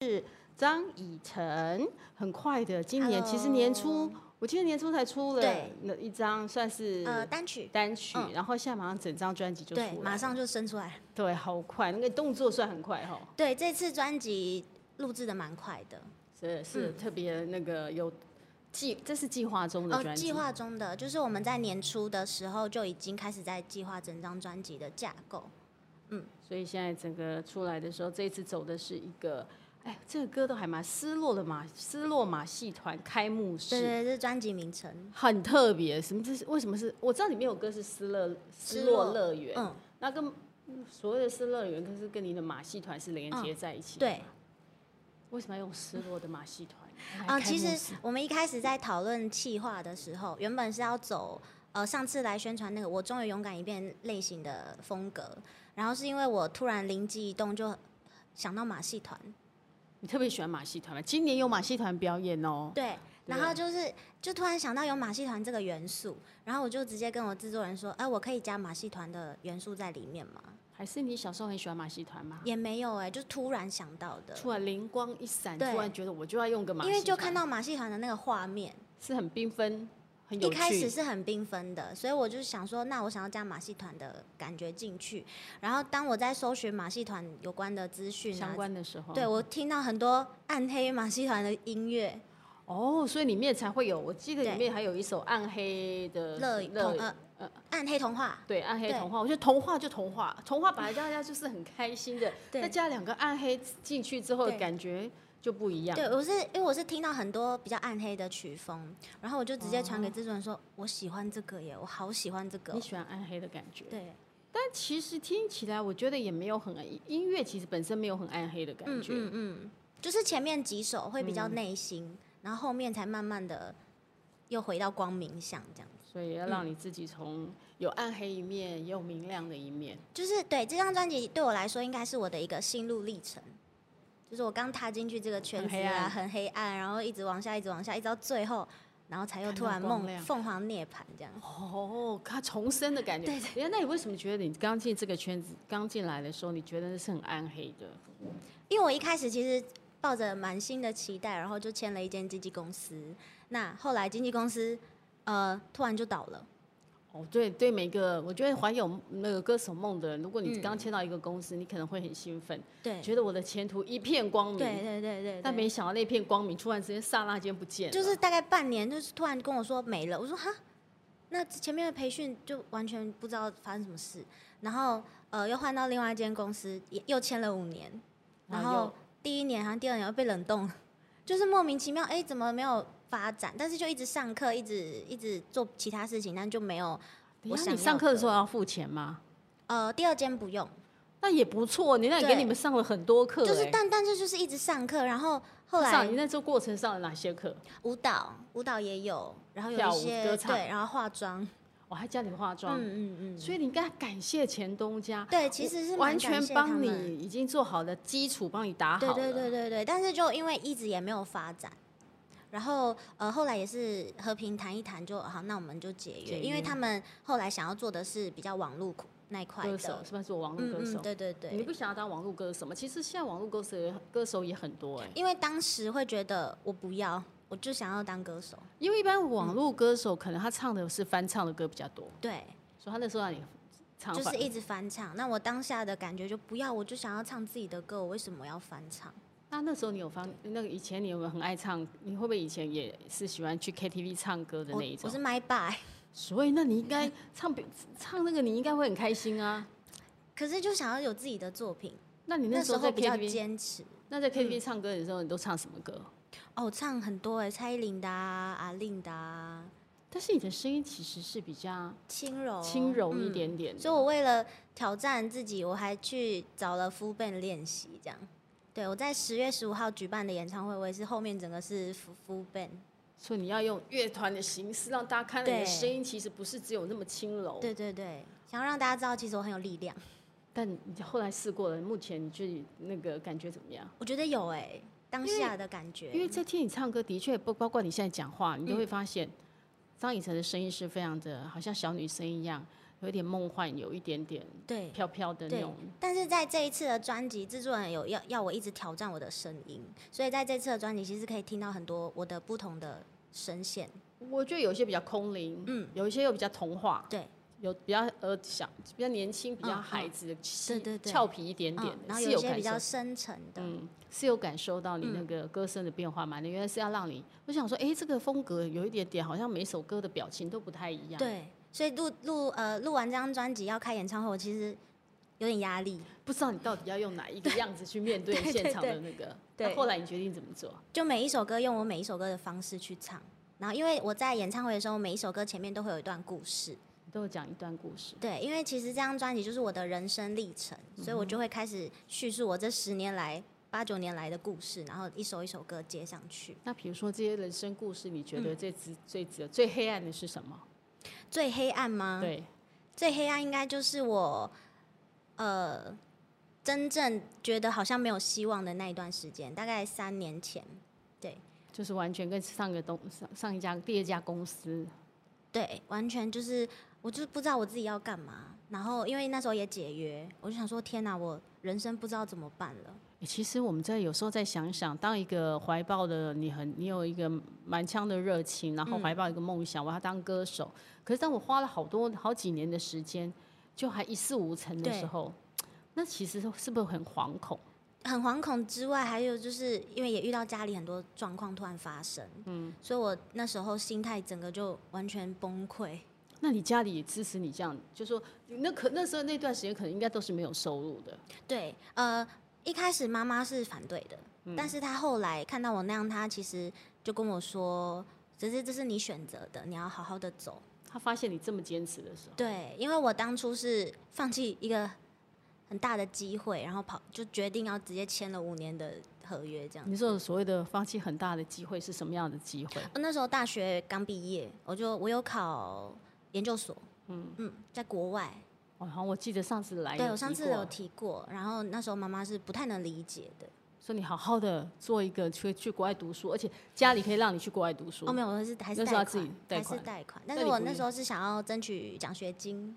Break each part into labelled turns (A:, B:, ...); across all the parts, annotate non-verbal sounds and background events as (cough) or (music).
A: 是张以晨。很快的，今年其实年初
B: Hello，
A: 我记得年初才出了
B: 对
A: 那一张算是
B: 呃，单曲
A: 单曲，
B: 嗯
A: 然后现在马上整张专辑就出
B: 对，
A: 来
B: 马
A: 了
B: 上就生出来。
A: 对，好快，那个动作算很快哈、哦，
B: 对，这次专辑录制的蛮快的，
A: 是
B: 嗯
A: 是、特别那个有计，这是计划中的
B: 哦，
A: 专
B: 计
A: 辑，
B: 划中的，就是我们在年初的时候就已经开始在计划整张专辑的架构。
A: 所以现在整个出来的时候，这一次走的是一个，哎，这个歌都还蛮失落的马失落马戏团开幕
B: 对
A: 式。
B: 对，这是专辑名称。
A: 很特别，什么这是为什么是？我知道里面有歌是失乐失
B: 失
A: 落
B: 落
A: 乐园，
B: 嗯，
A: 那跟所谓的失乐园，可是跟你的马戏团是连
B: 嗯
A: 接在一起、，
B: 对。
A: 为什么要用失落的马戏团？
B: 啊、
A: 来开
B: 其
A: 幕
B: 实
A: 式
B: 我们一开始在讨论企划的时候，原本是要走呃上次来宣传那个“我终于勇敢一遍”类型的风格，然后是因为我突然灵机一动就想到马戏团，
A: 你特别喜欢马戏团吗？今年有马戏团表演哦。
B: 对，
A: 对
B: 然后就是就突然想到有马戏团这个元素，然后我就直接跟我制作人说，哎、我可以加马戏团的元素在里面吗？
A: 还是你小时候很喜欢马戏团吗？
B: 也没有哎、就突然想到的，
A: 突然灵光一闪，突
B: 对
A: 然觉得我就要用个马戏
B: 因
A: 团，
B: 为就看到马戏团的那个画面，
A: 是很缤纷，很有
B: 一
A: 趣。
B: 开始是很缤纷的，所以我就想说，那我想要加马戏团的感觉进去。然后当我在搜寻马戏团有关的资讯啊
A: 相，关的时候，
B: 对我听到很多暗黑马戏团的音乐，
A: 哦，所以里面才会有。我记得
B: 对
A: 里面还有一首暗黑的
B: 乐童呃
A: 呃
B: 暗黑童话，
A: 对暗黑
B: 对
A: 童话，我觉得童话就童话，童话本来大家就是很开心的，
B: 对
A: 再加两个暗黑进去之后，
B: 对
A: 感觉就不一样。
B: 对我是因为我是听到很多比较暗黑的曲风，然后我就直接传给制作人说，我喜欢这个耶，我好喜欢这个
A: 哦你
B: 哦，
A: 喜欢暗黑的感觉，
B: 对，
A: 但其实听起来我觉得也没有很音乐，其实本身没有很暗黑的感
B: 嗯
A: 觉。嗯
B: 嗯嗯，就是前面几首会比较内心，然后后面才慢慢的又回到光明像这样。
A: 所以要
B: 嗯
A: 让你自己从有暗黑一面，也有明亮的一面。
B: 就是对这张专辑对我来说，应该是我的一个心路历程。就是我刚踏进去这个圈子
A: 很黑
B: 啊，
A: 暗
B: 很黑暗，然后一直往下，一直往下，一直到最后，然后才又
A: 看到
B: 突然
A: 光
B: 梦
A: 亮
B: 凤凰涅槃这样。
A: 哦，它重生的感觉。哎
B: 对
A: 对。那你为什么觉得你刚进这个圈子，刚进来的时候，你觉得是很暗黑的？
B: 因为我一开始其实抱着满心的期待，然后就签了一间经纪公司。那后来经纪公司呃突然就倒了，
A: 哦，对对，每个我觉得怀有那个歌手梦的人，如果
B: 嗯
A: 你刚签到一个公司，你可能会很兴奋，
B: 对
A: 觉得我的前途一片光明。
B: 对对对对，
A: 但
B: 对
A: 没想到那片光明突然之间刹那间不见了。
B: 就是大概半年，就是突然跟我说没了，我说哈，那前面的培训就完全不知道发生什么事，然后呃又换到另外一间公司，也又签了五年，
A: 然
B: 然
A: 后
B: 后第一年好像第二年又被冷冻， (laughs) 就是莫名其妙哎、怎么没有发展？但是就一直上课，一直一直做其他事情，但就没有
A: 等
B: 我
A: 一下
B: 想
A: 你上
B: 要
A: 课的
B: 的
A: 时候要付钱吗？
B: 呃第二间不用，
A: 那也不错，你那也给
B: 对
A: 你们上了很多课、欸。
B: 就是但但是就是一直上课，然后后来
A: 上你那这过程上了哪些课？
B: 舞蹈舞蹈也有，然后有
A: 跳
B: 一
A: 舞歌
B: 些
A: 唱嗯
B: 对，然后化妆，
A: 我还教你化妆。
B: 嗯嗯嗯，
A: 所以你应该感谢前东家，
B: 对，其实是
A: 我
B: 蛮
A: 完
B: 感
A: 全
B: 谢他
A: 帮
B: 们
A: 你已经做好的基础，帮你打好
B: 对
A: 了。
B: 对对对对，但是就因为一直也没有发展，然后呃后来也是和平谈一谈就好，那我们就解约，
A: 解约
B: 因为他们后来想要做的是比较网络那一块
A: 歌
B: 的，
A: 手是不是做网络
B: 嗯
A: 歌手？
B: 嗯，对对
A: 你
B: 对，
A: 不想要当网络歌手吗？其实现在网络歌手也歌手也很多哎、
B: 因为当时会觉得我不要，我就想要当歌手，
A: 因为一般
B: 嗯
A: 网络歌手可能他唱的是翻唱的歌比较多，
B: 对，
A: 所以他那时候让你唱
B: 就
A: 反
B: 是一直翻唱。那我当下的感觉就不要，我就想要唱自己的歌，我为什么要翻唱？
A: 那那时候你有翻那个以前你有没有很爱唱？你会不会以前也是喜欢去 KTV 唱歌的
B: 我
A: 那一
B: 我
A: 种
B: 是？麦霸、欸
A: 所以那你应该唱唱那个你应该会很开心啊。
B: 可是就想要有自己的作品，
A: 那你
B: 那
A: 时
B: 时
A: 候
B: 候
A: 在
B: 比较嗯
A: KTV
B: 坚持。
A: 那在 KTV 唱歌的时候，你都唱什么歌？
B: 哦，我唱很多哎，蔡依林的啊，阿令的啊，
A: 但是你的声音其实是比较
B: 轻柔，
A: 轻柔一
B: 嗯。
A: 点点的，
B: 所以我为了挑战自己，我还去找了 f u b a n 练习，这样。对，我在十月十五号举办的演唱会，我也是后面整个是 f u b a n
A: 所以你要用乐团的形式让大家看到你的
B: 对
A: 声音，其实不是只有那么轻柔。
B: 对对对，想要让大家知道，其实我很有力量。
A: 但你后来试过了，目前你去那个感觉怎么样？
B: 我觉得有哎、当下的感觉。
A: 因为在听你唱歌，的确不包嗯括你现在讲话，你都会发现张以晨的声音是非常的，好像小女生一样。有一点梦幻，有一点点
B: 对，
A: 飘飘的那
B: 对
A: 种。
B: 但是在这一次的专辑，制作人有要要我一直挑战我的声音，所以在这次的专辑其实可以听到很多我的不同的声线。
A: 我觉得有一些比较空灵，
B: 嗯，
A: 有一些又比较童话，
B: 对，
A: 有比较呃小、比较年轻、比较
B: 嗯
A: 孩子的气、
B: 对对
A: 俏皮一点点
B: 嗯
A: 的，，
B: 然后
A: 是
B: 有一些
A: 感
B: 比
A: 受
B: 较深沉的，
A: 嗯，是有感受到你那
B: 嗯
A: 个歌声的变化嘛？你原来是要让你，我想说，哎、这个风格有一点点，好像每首歌的表情都不太一样。，
B: 对，所以录录呃录完这张专辑要开演唱会，我其实有点压力，
A: 不知道你到底要用哪一个样子去面对
B: (laughs) 对对
A: 现场的那个。
B: 对
A: 那后来你决定怎么做？
B: 就每一首歌用我每一首歌的方式去唱。然后，因为我在演唱会的时候，每一首歌前面都会有一段故事，
A: 你都有讲一段故事。
B: 对，因为其实这张专辑就是我的人生历程，所以
A: 嗯
B: 我就会开始叙述我这十年来、八九年来的故事，然后一首一首歌接上去。
A: 那比如说这些人生故事，你
B: 嗯
A: 觉得最值、最值得、最黑暗的是什么？
B: 最黑暗吗？
A: 对，
B: 最黑暗应该就是我，呃，真正觉得好像没有希望的那一段时间，大概三年前。
A: 就是完全跟上个东上上一家第二家公司，
B: 对，完全就是我就是不知道我自己要干嘛。然后因为那时候也解约，我就想说天哪，我人生不知道怎么办了。
A: 欸其实我们在有时候再想想，当一个怀抱的你很，你有一个满腔的热情，然后
B: 嗯
A: 怀抱一个梦想，我要当歌手。可是当我花了好多好几年的时间，就还一事无成的
B: 对
A: 时候，那其实是不是很惶恐？
B: 很惶恐之外，还有就是因为也遇到家里很多状况突然发生，嗯，所以我那时候心态整个就完全崩溃。
A: 那你家里也支持你这样，就说那可那时候那段时间可能应该都是没有收入的，
B: 对，呃，一开始妈妈是反对的，但是她后来看到我那样，她其实就跟我说，只是这是你选择的，你要好好的走。
A: 他发现你这么坚持的时候，
B: 对，因为我当初是放弃一个很大的机会，然后跑就决定要直接签了五年的合约这样。
A: 你说所谓的放弃很大的机会是什么样的机
B: (laughs)
A: 会？
B: 我那时候大学刚毕业，我就我有考研究所，嗯嗯，在国外，
A: 哦，好像我记得上次来有提过，
B: 对我上次有提过，然后那时候妈妈是不太能理解的。
A: 说你好好的做一个去去国外读书，而且家里可以让你去国外读书。
B: 哦，没有，我是还是
A: 那时候
B: 贷
A: 要自己
B: 款，
A: 贷
B: 还
A: 款
B: 是贷款。
A: 那
B: 但是
A: 你
B: 我
A: 不
B: 那
A: 愿
B: 时候是想要争取奖学金，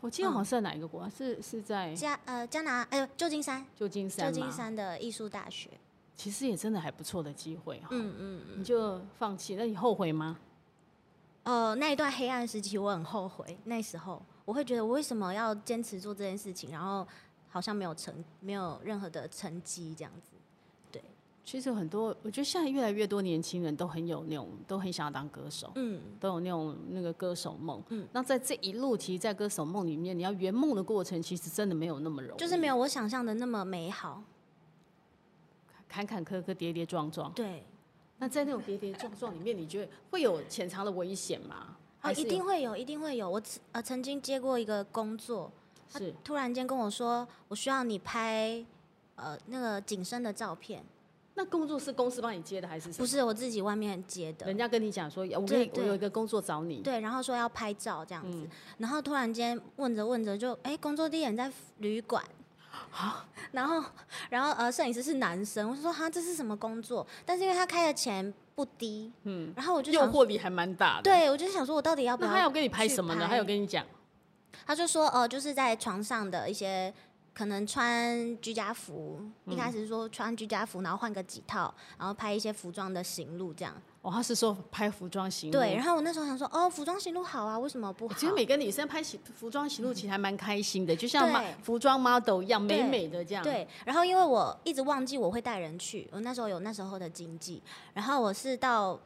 A: 我记得好像是在哪一个国家，啊是是在
B: 加呃加拿哎、呃、旧金山，
A: 旧金山
B: 旧
A: 吗？
B: 金山的艺术大学。
A: 其实也真的还不错的机会哈。
B: 嗯嗯嗯。
A: 你就放弃，那你后悔吗？
B: 呃，那一段黑暗时期，我很后悔。那时候我会觉得，我为什么要坚持做这件事情，然后好像没有成，没有任何的成绩这样子。
A: 其实很多，我觉得现在越来越多年轻人都很有那种，都很想要当歌手，
B: 嗯，
A: 都有那种那个歌手梦。嗯，那在这一路，其实，在歌手梦里面，你要圆梦的过程，其实真的没有那么容易，
B: 就是没有我想象的那么美好。
A: 坎坎坷坷、跌跌撞撞。
B: 对，
A: 那在那种跌跌撞撞里面，你觉得会有潜藏的危险吗？
B: 哦，
A: 还是
B: 一
A: 有
B: 定会有，一定会有。我曾呃曾经接过一个工作，
A: 是。
B: 突然间跟我说，我需要你拍呃那个景深的照片，
A: 那工作是公司帮你接的还是什
B: 不
A: 么？
B: 是我自己外面接的
A: 人。家跟你讲说，哎我
B: 对
A: 跟我
B: 对
A: 有一个工作找你，
B: 对，然后说要拍照这样子，
A: 嗯
B: 然后突然间问着问着就，哎，工作地点在旅馆，
A: 啊
B: 然后然后呃，摄影师是男生，我就说哈，这是什么工作？但是因为他开的钱不低，嗯，然后我就
A: 诱
B: 想，
A: 惑力还蛮大的。，
B: 对我就想说我到底要不
A: 那
B: 要？
A: 他要跟你拍什么
B: 去
A: 呢？
B: 拍
A: 他有跟你讲，
B: 他就说，呃，就是在床上的一些可能穿居家服，一
A: 嗯
B: 开始是说穿居家服，然后换个几套，然后拍一些服装的行路这样。
A: 哦，他是说拍服装行路。
B: 对，然后我那时候想说，哦，服装行路好啊，为什么不好？
A: 其实每个女生拍行服装行路其实还蛮开心的，就像嘛
B: 对
A: 服装 model 一样，美
B: 对
A: 美的这样。，
B: 对，然后因为我一直忘记我会带人去，我那时候有那时候的经济，然后我是到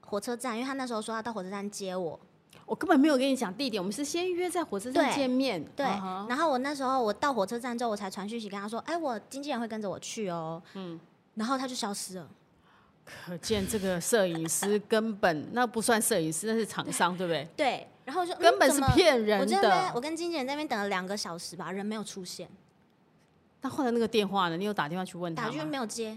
B: 火车站，因为他那时候说他到火车站接我，
A: 我根本没有跟你讲地点，我们是先约在火车站
B: 对
A: 见面。
B: 对，
A: 嗯哼
B: 然后我那时候我到火车站之后，我才传讯息跟他说，哎，我经纪人会跟着我去哦，嗯，然后他就消失了，
A: 可见这个摄影师根本那不算摄影师，那是厂商，对不对？
B: 对，然后我就
A: 根本是。
B: 嗯怎么
A: 骗
B: 我
A: 人
B: 真的，我
A: 的。
B: 跟经纪人在那边等了两个小时吧，人没有出现，
A: 那后来那个电话呢？你有打电话去问他
B: 打
A: 吗？
B: 去没有接，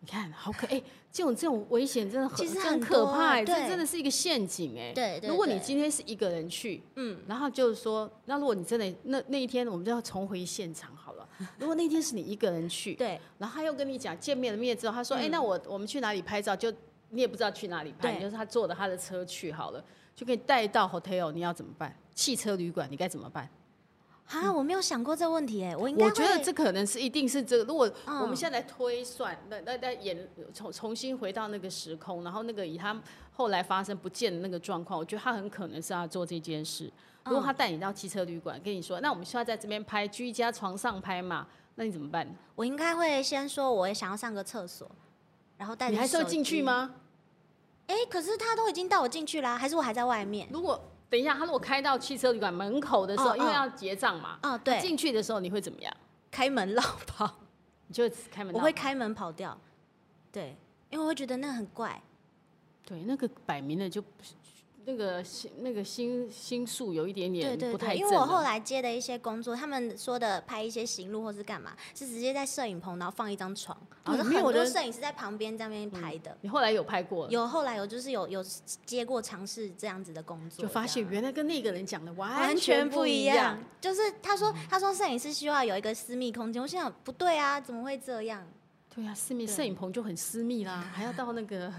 A: 你看，好可哎、这种这种危险真的很，
B: 其实
A: 这很
B: 很
A: 可
B: 多
A: 怕、欸，这
B: 对
A: 真的是一个陷阱哎、
B: 对对
A: 如果你
B: 对
A: 今天是一个人去，
B: 嗯，
A: 然后就是说，那如果你真的那那一天，我们就要重回现场好了。 (laughs) 如果那天是你一个人去，
B: 对嗯
A: 然后他又跟你讲见面了面之后，他说：“哎、那我我们去哪里拍照？”就你也不知道去哪里拍，
B: 对
A: 你就是他坐着他的车去好了。就给你带到 hotel，你要怎么办？汽车旅馆你该怎么办？
B: 啊，我没有想过这问题哎，我应该
A: 我觉得
B: 会
A: 这可能是一定是这个。如果
B: 嗯
A: 我们现在推算，那那那演重重新回到那个时空，然后那个以他后来发生不见的那个状况，我觉得他很可能是他做这件事。如
B: 嗯
A: 果他带你到汽车旅馆，跟你说，那我们需要在这边拍居家床上拍嘛，那你怎么办？
B: 我应该会先说我也想要上个厕所，然后带着
A: 你还是会
B: 手
A: 进去
B: 机？
A: 吗？
B: 哎、可是他都已经带我进去啦，还是我还在外面？
A: 如果等一下，他如果开到汽车旅馆门口的时候，
B: 哦
A: 因为
B: 哦
A: 要结账嘛，
B: 哦，
A: 他
B: 对，
A: 进去的时候你会怎么样？
B: 开门绕跑，
A: 你就会开门
B: (laughs) 我
A: 到
B: 会
A: 吧
B: 开门跑掉，对，因为我会觉得那很怪。
A: 对那个摆明了就不是那个心那个心心术有一点
B: 对
A: 点
B: 对
A: 不太
B: 对，因
A: 正啊
B: 为我后
A: 了。
B: 来接的一些工作，他们说的拍一些行路或是干嘛，是直接在摄影棚，然后放一张床，
A: 对
B: 然后
A: 没有
B: 很多
A: 人
B: 摄影师在旁边在那边拍的。
A: 你后来有拍过了，
B: 有后来有就是有有接过尝试这样子的工作，
A: 就发现
B: 这样
A: 原来跟那个人讲的
B: 完
A: 全
B: 全不
A: 一
B: 一样。。就是他说他说摄影师需要有一个私密空间，我心想不对啊，怎么会这样？
A: 对啊，私密
B: 对
A: 摄影棚就很私密啦，还要到那
B: (laughs)
A: 个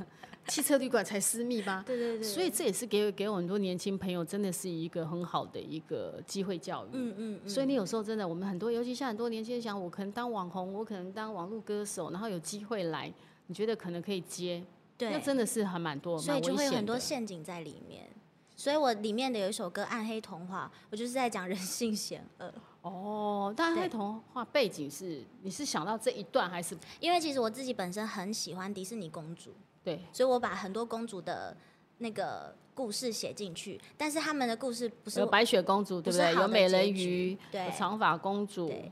A: 汽车旅馆才私密吧？
B: 对对对，
A: 所以这也是给给我很多年轻朋友真的是一个很好的一个机会教育。
B: 嗯嗯嗯，
A: 所以你有时候真的，我们很多，尤其像很多年轻人想，我可能当网红，我可能当网络歌手，然后有机会来，你觉得可能可以接，
B: 对，
A: 那真的是还蛮多，
B: 所
A: 蛮
B: 以就
A: 危
B: 会有
A: 险
B: 很多
A: 的。
B: 陷阱在里面。所以我里面的有一首歌《暗黑童话》，我就是在讲人性险恶。
A: 哦，当然，
B: 对
A: 那童话背景是你是想到这一段还是
B: 因为其实我自己本身很喜欢迪士尼公主，
A: 对？
B: 所以我把很多公主的那个故事写进去，但是他们的故事不是
A: 有
B: 我
A: 白雪公主，
B: 不
A: 对
B: 是
A: 对？
B: 好
A: 有
B: 的
A: 美人
B: 结
A: 鱼
B: 局，对
A: 有长发公主。
B: 对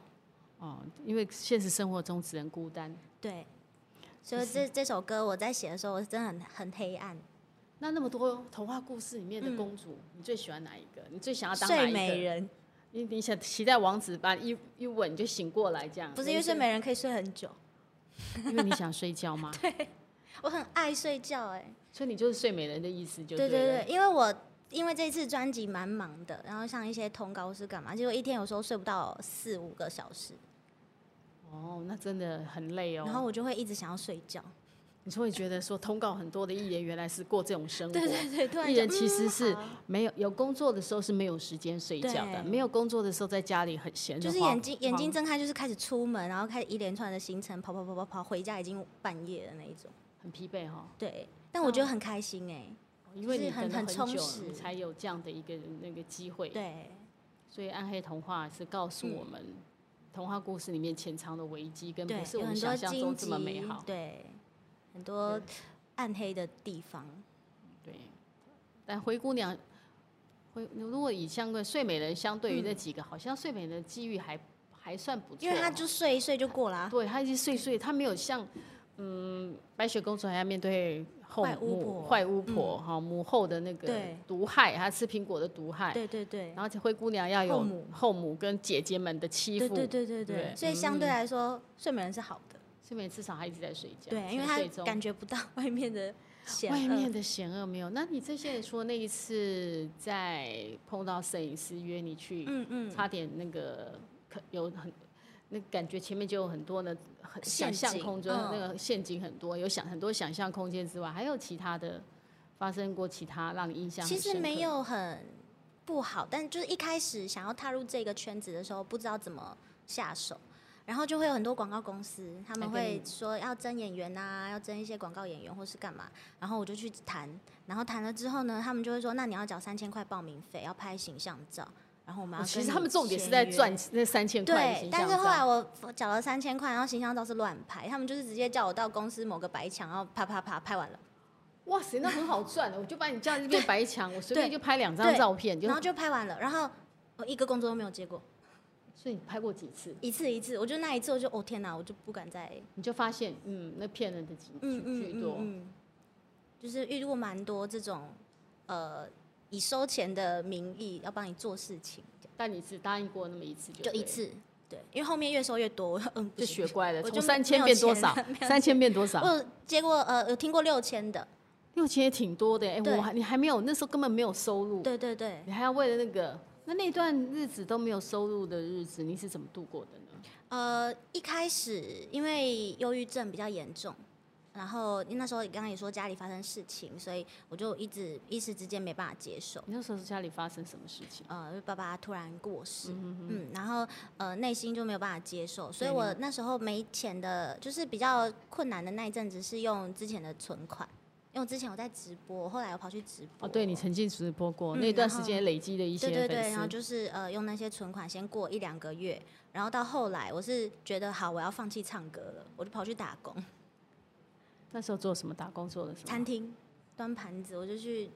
A: 哦，因为现实生活中只能孤单。
B: 对。所以这这首歌我在写的时候，我真的很很黑暗。
A: 那那么多童话故事里面的
B: 嗯
A: 公主，你最喜欢哪一个？你最想要当哪
B: 睡
A: 一
B: 美
A: 个？
B: 人
A: 你你想期待王子把一一吻就醒过来这样？
B: 不是因为睡美人可以睡很久，
A: 因为你想睡觉
B: (laughs)
A: 吗？
B: 我很爱睡觉哎、
A: 所以你就是睡美人的意思就
B: 对
A: 对
B: 对
A: 了，，
B: 因为我因为这次专辑蛮忙的，然后像一些通告是干嘛，结果一天有时候睡不到四五个小时，
A: 哦，那真的很累哦。
B: 然后我就会一直想要睡觉。
A: 你就会觉得说，通告很多的艺人原来是过这种生活。
B: 对对对，突然
A: 艺
B: 就
A: 人其实是
B: 嗯好
A: 没有有工作的时候是没有时间睡觉的，
B: 对
A: 没有工作的时候在家里很闲，
B: 就是
A: 花
B: 眼睛眼睛
A: 花
B: 睁开就是开始出门，然后开始一连串的行程跑跑跑跑跑，回家已经半夜的那一种。
A: 很疲惫哈、
B: 对，但我觉
A: 嗯
B: 得很开心哎、
A: 因为
B: 就是
A: 你
B: 很
A: 等了
B: 很充
A: 久，
B: 实
A: 你才有这样的一个那个机会。
B: 对嗯
A: 所以《暗黑童话》是告诉我们，童话故事里面潜藏的危机，跟
B: 对
A: 不是，我
B: 有
A: 们
B: 很
A: 想
B: 多
A: 象
B: 荆
A: 中这么美
B: 棘
A: 好，。
B: 对，很多暗黑的地方。
A: 对，但灰姑娘，灰如果以相对睡美人相对于那几个，好像睡美人的机遇还还算不错哦，
B: 嗯因为他就睡一睡就过啊啦、
A: 对她一直碎碎，她没有像嗯白雪公主还要面对后
B: 坏巫
A: 母
B: 婆嗯
A: 坏巫婆哈、母后的那个
B: 对
A: 毒害，她吃苹果的毒害，
B: 对对对，
A: 然后灰姑娘要有
B: 后母
A: 后母跟姐姐们的欺
B: 对
A: 负，
B: 对对对
A: 对
B: 对，所以相对来说，睡美人是好的，
A: 睡美人至少她一直在睡觉，
B: 对，因为
A: 沉睡
B: 他
A: 中
B: 感觉不到外面的险
A: 外面
B: 恶。
A: 的险恶没有。那你之前说那一次在碰到摄影师约你去，
B: 嗯嗯，
A: 差点那个可有很。那感觉前面就有很多的很想
B: 陷
A: 象
B: 阱
A: 空间，
B: 嗯
A: 那个陷阱很多，有想很多想象空间之外，还有其他的发生过其他让你印象很
B: 其
A: 深
B: 实
A: 刻哦
B: 没有很不好，但就是一开始想要踏入这个圈子的时候，不知道怎么下手。然后就会有很多广告公司，他们
A: 来跟你
B: 会说要争演员啊，要争一些广告演员或是干嘛。然后我就去谈，然后谈了之后呢，他们就会说，那你要缴三千块报名费，要拍形象照。然后我
A: 哦
B: 们要、
A: 其实他们重点是在赚。那三千块的
B: 对
A: 形，
B: 但
A: 象
B: 是后来
A: 照，
B: 我缴了三千块，然后形象照是乱拍，他们就是直接叫我到公司某个白墙，然后啪啪啪拍完了，
A: 哇塞，那很好赚的，我就把你叫这边白墙，我随便
B: (laughs) 对
A: 就拍两张
B: 对
A: 照片，就
B: 然后就拍完了，然后我一个工作都没有接过，
A: 所以你拍过几次？
B: 一次一次，我就那一次我就哦天哪，我就不敢再
A: 你就发现，嗯，那骗人的居
B: 嗯
A: 居居
B: 嗯
A: 多。
B: 嗯嗯，就是遇过蛮多这种呃以收钱的名义要帮你做事情，
A: 但你只答应过那么一次就
B: 就
A: 对
B: 一，次，对，因为后面越收越多，我嗯不
A: 就
B: 行
A: 学乖了，
B: 我
A: 从
B: 就没
A: 三千
B: 没有
A: 变多
B: 钱
A: 少？三千变多少？
B: 我有接过呃有听过六千的，
A: 六千也挺多的，哎，
B: 对
A: 我还你还没有那时候根本没有收入，
B: 对对对，
A: 你还要为了那个，那那段日子都没有收入的日子，你是怎么度过的呢？
B: 呃，一开始因为忧郁症比较严重，然后那时候刚刚也说家里发生事情，所以我就一直一时之间没办法接受。
A: 你那时候是家里发生什么事情？
B: 呃，就爸爸突然过世，嗯然后呃内心就没有办法接受，所以
A: 对
B: 我那时候没钱的，就是比较困难的那一阵子是用之前的存款，因为我之前我在直播，后来我跑去直
A: 哦，
B: 播，
A: 对你曾经直播过、
B: 嗯
A: 那段
B: 然后
A: 时间累积的一些
B: 对
A: 粉
B: 对
A: 丝，
B: 对，然后就是呃用那些存款先过一两个月，然后到后来我是觉得好我要放弃唱歌了，我就跑去打工，
A: 那时候做什么打工做的什
B: 餐
A: 么？
B: 厅端盘子，我就去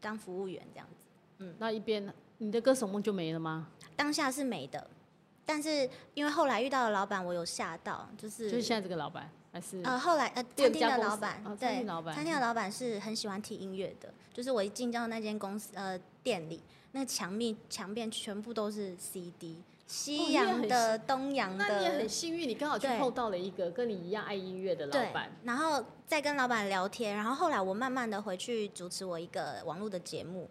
B: 当服务员这样子。
A: 嗯那一边你的歌手梦就没了吗？
B: 当下是没的，但是因为后来遇到的老板，我有吓到，就是
A: 就是现在这个老板还是、
B: 呃，后来呃，
A: 第二
B: 餐厅
A: 家
B: 的
A: 公
B: 老
A: 司
B: 板，
A: 哦餐
B: 对
A: 厅，老板
B: 餐厅的老板是很喜欢听音乐的。就是我一进到那间公司呃店里，那墙面墙面全部都是 CD，
A: 哦你
B: 西
A: 也
B: 洋
A: 很
B: 的、东洋
A: 那你也
B: 的
A: 很，幸运，你刚好去
B: 对
A: 碰到了一个跟你一样爱音乐的
B: 对
A: 老板。。
B: 然后再跟老板聊天，然后后来我慢慢的回去主持我一个网络的节目，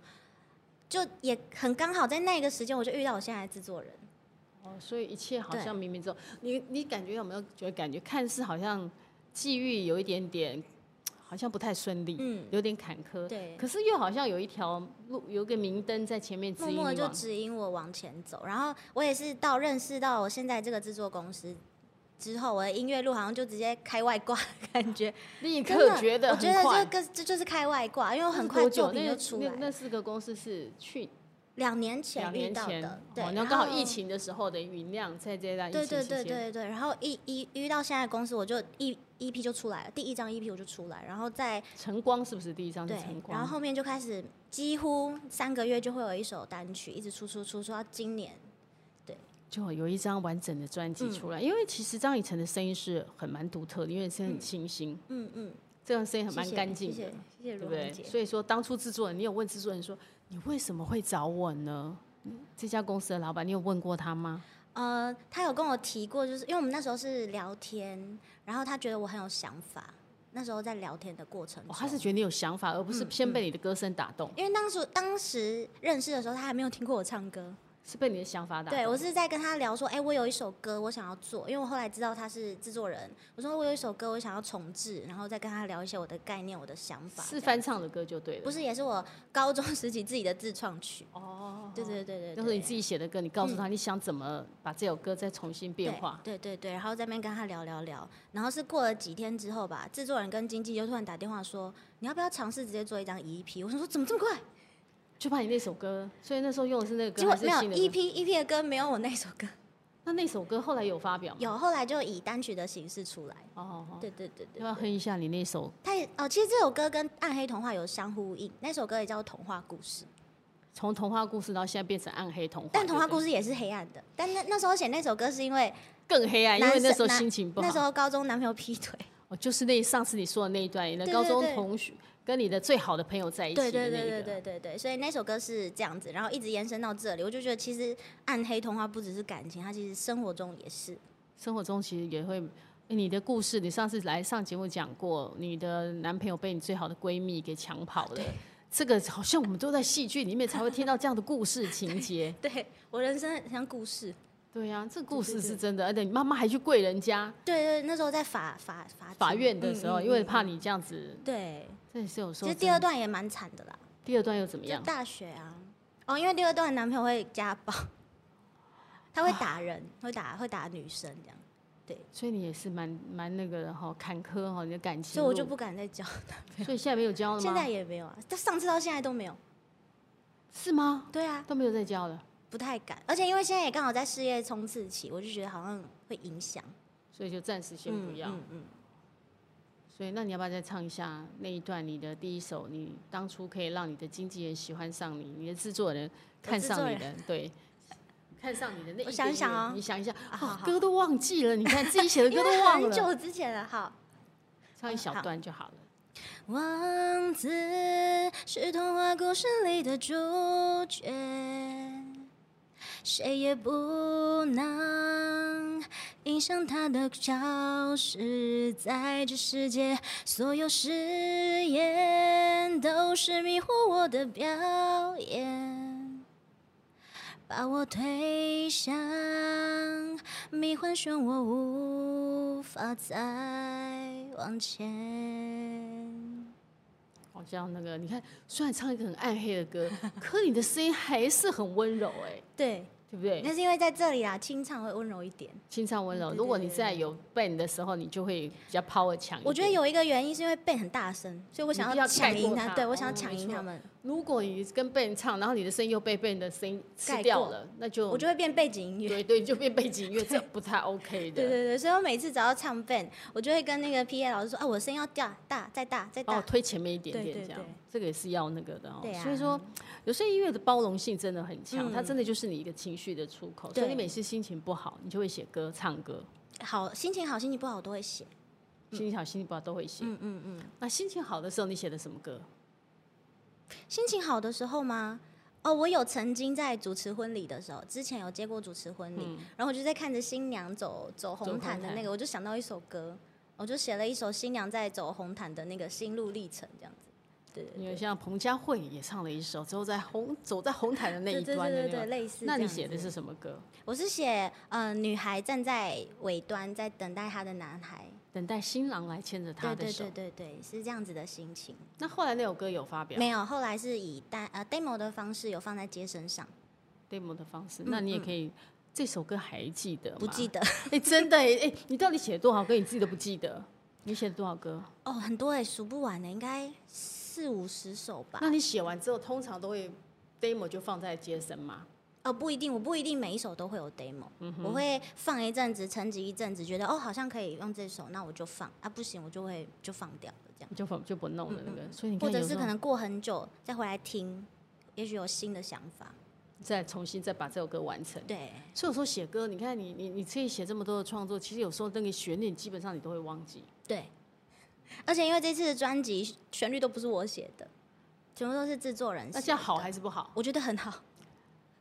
B: 就也很刚好在那个时间，我就遇到我现在的制作人。
A: 哦，所以一切好
B: 对
A: 像冥冥之中，你你感觉有没有觉得感觉看似好像际遇有一点点，好像不太顺利，
B: 嗯
A: 有点坎坷，
B: 对
A: 可是又好像有一条路，有一个明灯在前面指
B: 默
A: 引你
B: 默
A: 往。
B: 地就指引我往前走。然后我也是到认识到我现在这个制作公司之后，我的音乐路好像就直接开外挂，感觉
A: 立
B: 真
A: 刻
B: 的
A: (laughs) 觉得
B: (laughs) 我
A: 很
B: 觉得
A: 快
B: 这个这就是开外挂，因为我很
A: 是
B: 快
A: 多
B: 作
A: 久？
B: 品
A: 那
B: 就
A: 个
B: 出
A: 那
B: 来
A: 那。四个公司是去
B: 两年前
A: 两
B: 遇
A: 年
B: 到
A: 前
B: 的，，对，
A: 哦，
B: 然
A: 那
B: 后
A: 刚好疫。情的时候的酝酿，在这段疫情
B: 对
A: 期间，
B: 对对对对，然后一一遇到现在的公司，我就一 EP 就出来了，第一张 EP 我就出来，然后再
A: 晨光是不是第一张是
B: 对
A: 晨，光？
B: 然后后面就开始几乎三个月就会有一首单曲，一直出出出出到今年，
A: 就有一张完整的专辑
B: 嗯
A: 出来，因为其实张以晨的声音是很蛮独特的，因为声音很清新，
B: 嗯
A: (laughs)
B: 嗯，
A: 这样声音很蛮
B: 谢谢
A: 干净
B: 谢
A: 的
B: 谢，谢谢
A: 对
B: 卢
A: 不
B: 涵
A: 对？
B: 姐。
A: 所以说当初制作人，你有问制作人说你为什么会找我呢？这家公司的老板，你有问过他吗？
B: 呃，他有跟我提过，就是因为我们那时候是聊天，然后他觉得我很有想法。那时候在聊天的过程中，
A: 哦，他是觉得你有想法，而不是
B: 嗯
A: 先被你的歌声打动，
B: 因为当时当时认识的时候，他还没有听过我唱歌。
A: 是被你的想法打动。
B: 对我是在跟他聊说，哎、我有一首歌我想要做，因为我后来知道他是制作人，我说我有一首歌我想要重置，然后再跟他聊一些我的概念、我的想法。
A: 是
B: 这样
A: 翻唱的歌就对了，
B: 不是也是我高中 (laughs) 时期自己的自创曲？
A: 哦，
B: 对对对对对，
A: 就是你自己写的歌，你告诉他你想怎么把这首歌再重新变化。
B: 嗯对对对对，然后在那边跟他聊聊聊，然后是过了几天之后吧，制作人跟经纪就突然打电话说，你要不要尝试直接做一张 EP？我想说怎么这么快？
A: 就把你那首歌，所以那时候用的是那个
B: 结
A: 歌，
B: 果
A: 还是
B: 没有 E
A: 新的歌
B: EP EP 的歌没有我那首歌，
A: 那那首歌后来有发表吗？
B: 有后来就以单曲的形式出来。
A: 哦，哦哦
B: 对对
A: 要
B: 对
A: 不
B: 对，
A: 要哼一下你那首？
B: 他也哦，其实这首歌跟《暗黑童话》有相呼应，那首歌也叫《童话故事》，
A: 从童话故事到现在变成暗黑童话，
B: 但童话故
A: 事
B: 事也是黑暗的。但那那时候写那首歌是因为
A: 更黑暗，因
B: 男
A: 为那
B: 生
A: 时候
B: 男
A: 心情不好。
B: 那时候高中男朋友劈腿，
A: 哦，就是那上次你说的那一段，你的
B: 对
A: 高
B: 对
A: 中
B: 对
A: 同学跟你的最好的朋友在一起
B: 对
A: 的那
B: 对
A: 一个。
B: 对对对对对，所以那首歌是这样子，然后一直延伸到这里，我就觉得其实暗黑童话不只是感情，它其实生活中
A: (laughs)
B: 也是。
A: 生活中其实也会，诶你的故事，你上次来上节目讲过，你的男朋友被你最好的闺蜜给抢跑了。这个好像我们都在戏剧里面才会听到这样的故事情
B: (laughs)
A: 节。
B: 对我人生很像故事。
A: 对呀、这故事是真的，而且你妈妈还去跪人家
B: 对对，那时候在法法法
A: 法
B: 庭
A: 院的
B: 嗯
A: 时候，
B: 啊嗯
A: 因为
B: 嗯
A: 怕你这样子，
B: 对，
A: 这也是有时
B: 其
A: 候真的。
B: 实第二段也蛮惨的啦，
A: 第二段又怎么
B: 就
A: 样？
B: 大学啊，哦，因为第二段男朋友会家暴， (laughs) 他会打人，会打会打女生这
A: 哦
B: 样，
A: 所以你也是蛮蛮那个的哈，坎坷哈，你的感情。
B: 所以我就，不敢再交，
A: 所以现在没有交了吗？
B: 啊现在也没有啊，但上次到现在都没有。
A: 是吗？
B: 对啊，
A: 都没有再交了，
B: 不太敢，而且因为现在也刚好在事业冲刺期，我就觉得好像会影响。
A: 所以就暂时先不要。
B: 嗯嗯
A: 所以，那你要不要再唱一下那一段你的第一首？你当初可以让你的经纪人喜欢上你，你的制作人看上你的，对，看上你的那一个
B: 我想一想
A: 月
B: 哦
A: 你想一下，
B: 啊好
A: 哦
B: 好
A: 歌都忘记了，你看自己写的
B: 因
A: 歌都
B: 为
A: 忘
B: 很
A: 了，
B: 久之前了，好。
A: 唱一小段就好了。
B: 王子是童话故事里的主角，谁也不能影响他的消失。在这世界，所有誓言都是迷惑我的表演。把我推向迷幻漩涡，无法再往前。
A: 好像那个，你看，虽然唱一个很暗黑的歌，可你的声音还是很温柔、哎，
B: 对，
A: 对不对？
B: 那是因为在这里啦，清唱会温柔一点。
A: 清唱温柔。
B: 对对
A: 如果
B: 对
A: 你
B: 对
A: 在
B: 对
A: 有 band 的时候，你就会比较 power 强一点。
B: 我觉得有一个原因是因为 b 很大声，所以我
A: 你
B: 想
A: 必要
B: 抢
A: 盖
B: 赢
A: 过
B: 他，
A: 它
B: 对我想
A: 哦
B: 要抢
A: 没
B: 赢
A: 错
B: 他们，
A: 如果你跟 band 唱，然后你的声音又被 band 的声音吃
B: 盖
A: 掉
B: 过
A: 了，那就
B: 我就会变背景音乐。
A: 对 (laughs) 对，就变背景音乐，这不太 OK
B: 对
A: 的。
B: 对对，所以我每次只要唱 band，我就会跟那个 PA 老师说啊，我的声音要大大再大再
A: 帮
B: 大
A: 我。推前面一点
B: 对
A: 点，
B: 对
A: 这样
B: 对
A: 这个也是要那个的哦
B: 对。啊
A: 所以说，有些音乐的包容性真的很强，
B: 嗯
A: 它真的就是你一个情绪的出口。所以
B: 对嗯
A: 你每次心情不好，你就会写歌、唱歌；
B: 好，心情好，心情不好我都会写。
A: 心情好、心情不好都会写。
B: 嗯嗯嗯，
A: 那心情好的时候，你写的什么歌？
B: 心情好的时候吗？哦，我有曾经在主持婚礼的时候，之前有接过主持婚礼，
A: 嗯
B: 然后我就在看着新娘走走红毯的那个，我就想到一首歌，我就写了一首新娘在走红毯的那个心路历程这样子。对对
A: 因为像彭佳慧也唱了一首，之后在红走在红毯的那
B: 对
A: 一
B: 对
A: 端的
B: 对
A: 那
B: 对，
A: 个。
B: 类似。
A: 那你写的是？什么歌？
B: 我是写呃，女孩站在尾端，在等待她的男孩。
A: 等待新郎来牵着她
B: 对
A: 的
B: 对
A: 手
B: 对。对对，是这样子的心情。
A: 那后来那首歌有发表
B: 没有，后来是以单呃 demo 的方式有放在街身上，
A: demo 的方式，
B: 嗯
A: 那你也
B: 嗯
A: 可以。这首歌还记得吗？
B: 不记得
A: (laughs) 哎、真的哎、哎、你到底写了多少歌？你自己都不记得？你写了多少歌？
B: 哦，很多哎、数不完的、应该四五十首吧。
A: 那你写完之后，通常都会 demo 就放在街声嘛？
B: 哦，不一定，我不一定每一首都会有 demo，、我
A: 嗯
B: 会放一阵子，沉寂一阵子，觉得哦好像可以用这首，那我就放啊，不行我就会就放掉了这样，嗯
A: 你就放就不弄了那个。所以你看，
B: 或者
A: 有
B: 是
A: 时
B: 可
A: 候
B: 能过很久再回来听，也许有新的想法。
A: 再重新再把这首歌完成。
B: 对，
A: 所以有时候写歌，你看你你你自己写这么多的创作，其实有时候那个旋律基本上你都会忘记。
B: 对，而且因为这次的专辑旋律都不是我写的，全部都是制作人写的。
A: 那这样好还是不好？
B: 我觉得很好。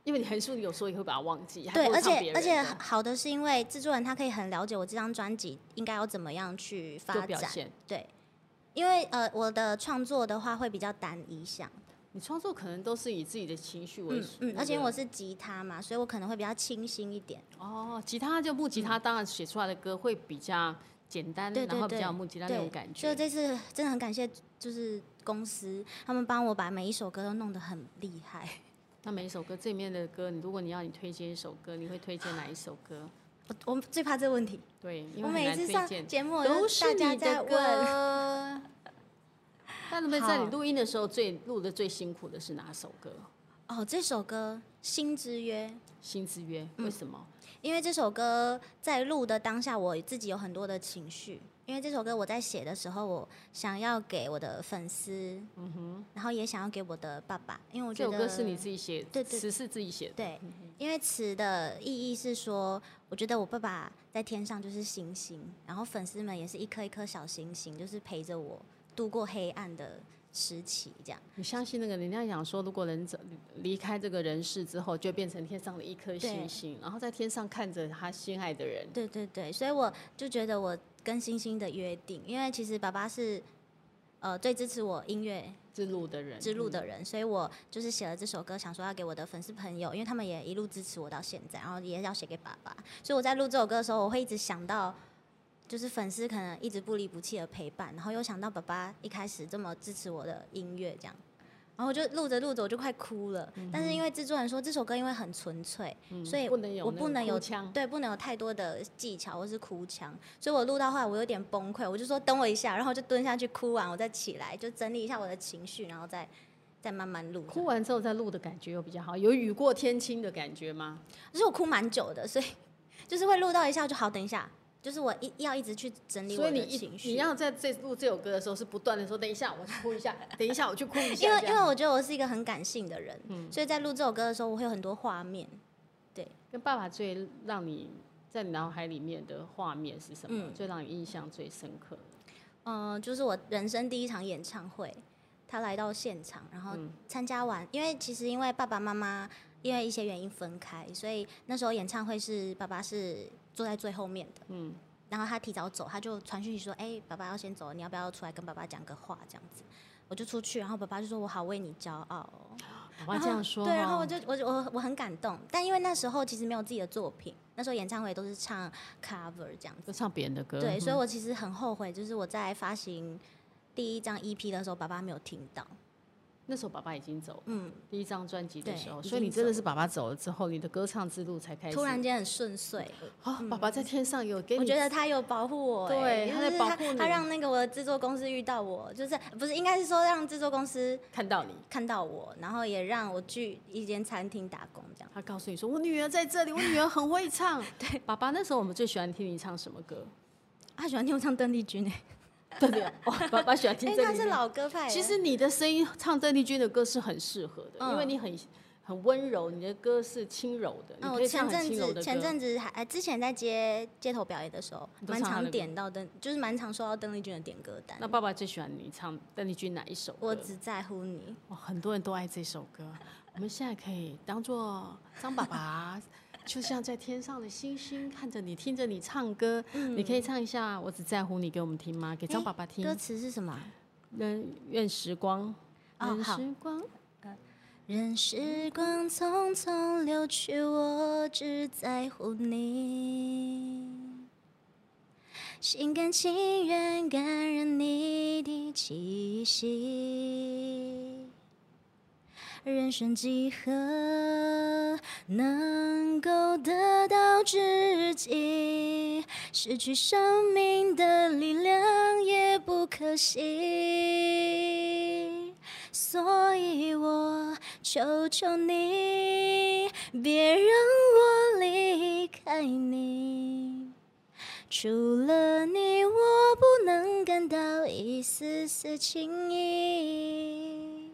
A: 因为你横竖你有时候也会把它忘记，还
B: 对，
A: 不如
B: 而
A: 唱别
B: 且
A: 人
B: 而且
A: 的
B: 好的是因为制作人他可以很了解我这张专辑应该要怎么样去
A: 就
B: 发
A: 表
B: 展。
A: 现。
B: 对，因为呃我的创作的话会比较单一项，
A: 你创作可能都是以自己的情绪为
B: 嗯
A: 主，
B: 嗯，
A: 对
B: 而且因
A: 不
B: 为我
A: 对
B: 是吉他嘛，所以我可能会比较清新一点。
A: 哦，吉他就木吉他，当然写出来的歌会比较简单，
B: 嗯对对
A: 然后比
B: 对
A: 较有木吉他那种
B: 对
A: 感，觉
B: 所以。这次真的很感谢，就是公司他们帮我把每一首歌都弄得很厉害。
A: 那每一首歌这里面的歌，你如果你要你推荐一首歌，你会推荐哪一首歌？
B: 我我最怕这个问题，
A: 对，因为
B: 我
A: 很
B: 每
A: 难
B: 次
A: 推
B: 上
A: 荐，
B: 节目我就
A: 都是
B: 大
A: 你
B: 家在
A: 的
B: 问。 (laughs)
A: 歌。那能不能在你
B: 好
A: 录音的时候最录的最辛苦的是哪首歌？
B: 哦，这首歌《心之约》，
A: 《心之约》
B: 嗯
A: 为什么？
B: 因为这首歌在录的当下，我自己有很多的情绪。因为这首歌我在写的时候，我想要给我的粉丝，嗯哼，然后也想要给我的爸爸，因为我
A: 这
B: 觉
A: 首
B: 得
A: 歌是你自己写，
B: 对对
A: 词嗯是自己写的。
B: 对，因为词的意义是说，我觉得我爸爸在天上就是星星，然后粉丝们也是一颗一颗小星星，就是陪着我度过黑暗的时期，这样。
A: 你相信那个人家讲说，如果人走离开这个人世之后，就变成天上的一颗星星，然后在天上看着他心爱的人。
B: 对对对，所以我就觉得我跟星星的约定，因为其实爸爸是呃最支持我音乐
A: 之路的人，嗯
B: 之路的人，所以我就是写了这首歌，想说要给我的粉丝朋友，因为他们也一路支持我到现在，然后也要写给爸爸。所以我在录这首歌的时候，我会一直想到，就是粉丝可能一直不离不弃的陪伴，然后又想到爸爸一开始这么支持我的音乐，这样。然后我就录着录着我就快哭了，但是因为制作人说这首歌因为很纯粹，
A: 嗯，
B: 所以
A: 不能有
B: 我
A: 那
B: 不
A: 个
B: 能
A: 哭
B: 有
A: 腔，
B: 对，不能有太多的技巧或是哭腔，所以我录到后来我有点崩溃，我就说等我一下，然后就蹲下去哭完，我再起来，就整理一下我的情绪，然后再再慢慢录。
A: 哭，完之后再录的感觉又比较好，有雨过天晴的感觉吗？
B: 就是我哭蛮久的，所以就是会录到一下就好，等一下，就是我一要一直去整理
A: 所
B: 我
A: 以你
B: 的
A: 一
B: 情绪。
A: 你要在这录这首歌的时候是不断的说，等一下我去哭一下，
B: (laughs)
A: 等一下我去哭一下，
B: 因为
A: 这
B: 因
A: 样嗯
B: 为我觉得我是一个很感性的人，所以在录这首歌的时候，我会有很多画面。
A: 跟爸爸最让你在你脑海里面的画面是什么？
B: 嗯
A: 最让你印象最深刻的？
B: 嗯，就是我人生第一场演唱会，他来到现场，然后
A: 嗯
B: 参加完，因为其实因为爸爸妈妈因为一些原因分开，所以那时候演唱会是爸爸是坐在最后面的，嗯，然后他提早走，他就传讯息说，哎、爸爸要先走了，你要不要出来跟爸爸讲个话这样子？我就出去，然后爸爸就说：“我好为你骄傲哦。”
A: 哇，
B: 然
A: 这
B: 后
A: 样说
B: 对，然后
A: 哦
B: 我就我就我我很感动，但因为那时候其实没有自己的作品，那时候演唱会都是唱 cover 这样
A: 就
B: 子，
A: 唱别人的歌，
B: 对，所
A: 嗯
B: 以我其实很后悔，就是我在发行第一张 EP 的时候，爸爸没有听到，
A: 那时候爸爸已经走了，
B: 嗯，
A: 第一张专辑的时候，
B: 对
A: 所以
B: 已经
A: 你真的是爸爸走了之后，你的歌唱之路才开始。
B: 突然间很顺遂，
A: 啊，爸爸在天上有给你，
B: 我觉得他有保护我、
A: 对
B: 哎
A: 他
B: 就
A: 在
B: 是
A: 保
B: 他
A: 护你
B: 他让那个我的制作公司遇到我，就是不是应该是说让制作公司
A: 看到你，
B: 看到我，然后也让我去一间餐厅打工这样。
A: 他告诉你说我女儿在这里，我女儿很会唱。 (laughs) 对，爸爸那时候我们最喜欢听你唱什么歌？
B: 他喜欢听我唱邓丽君 (laughs) 哎、
A: (laughs) 对的， (laughs) 哦，爸爸喜欢听
B: 因为
A: 这
B: 他
A: 欸里
B: 是
A: 面
B: 老歌派的。
A: 其实你的声音唱邓丽君的歌是很适合的，
B: 嗯
A: 因为你很很温柔，你的歌是轻柔的，你
B: 嗯，
A: 可
B: 我
A: 以唱
B: 前
A: 很
B: 阵
A: 轻柔
B: 子
A: 的
B: 前
A: 歌。
B: 阵子还哎之前在街街头表演的时候，
A: 你都
B: 蛮
A: 唱他的
B: 常
A: 歌
B: 点到邓，就是蛮常收到邓丽君的点歌单
A: 那。爸爸最喜欢你唱邓丽君哪一首歌？
B: 我只在乎你，
A: 哇，很多人都爱这首歌。 (laughs) 我们现在可以当做张爸爸， (laughs) 就像在天上的星星，看着你，听着你唱歌。你可以唱一下《我只在乎你》给我们听吗？给张爸爸听
B: 歌。词是什么？啊
A: 愿愿时光，
B: 哦
A: 愿
B: 好
A: 时光。
B: 任时光匆匆流去，我只在乎你。心甘情愿感染你的气息，人生几何能够得到知己？失去生命的力量也不可惜。所以我求求你，别让我离开你。除了你，我不能感到一丝丝情意。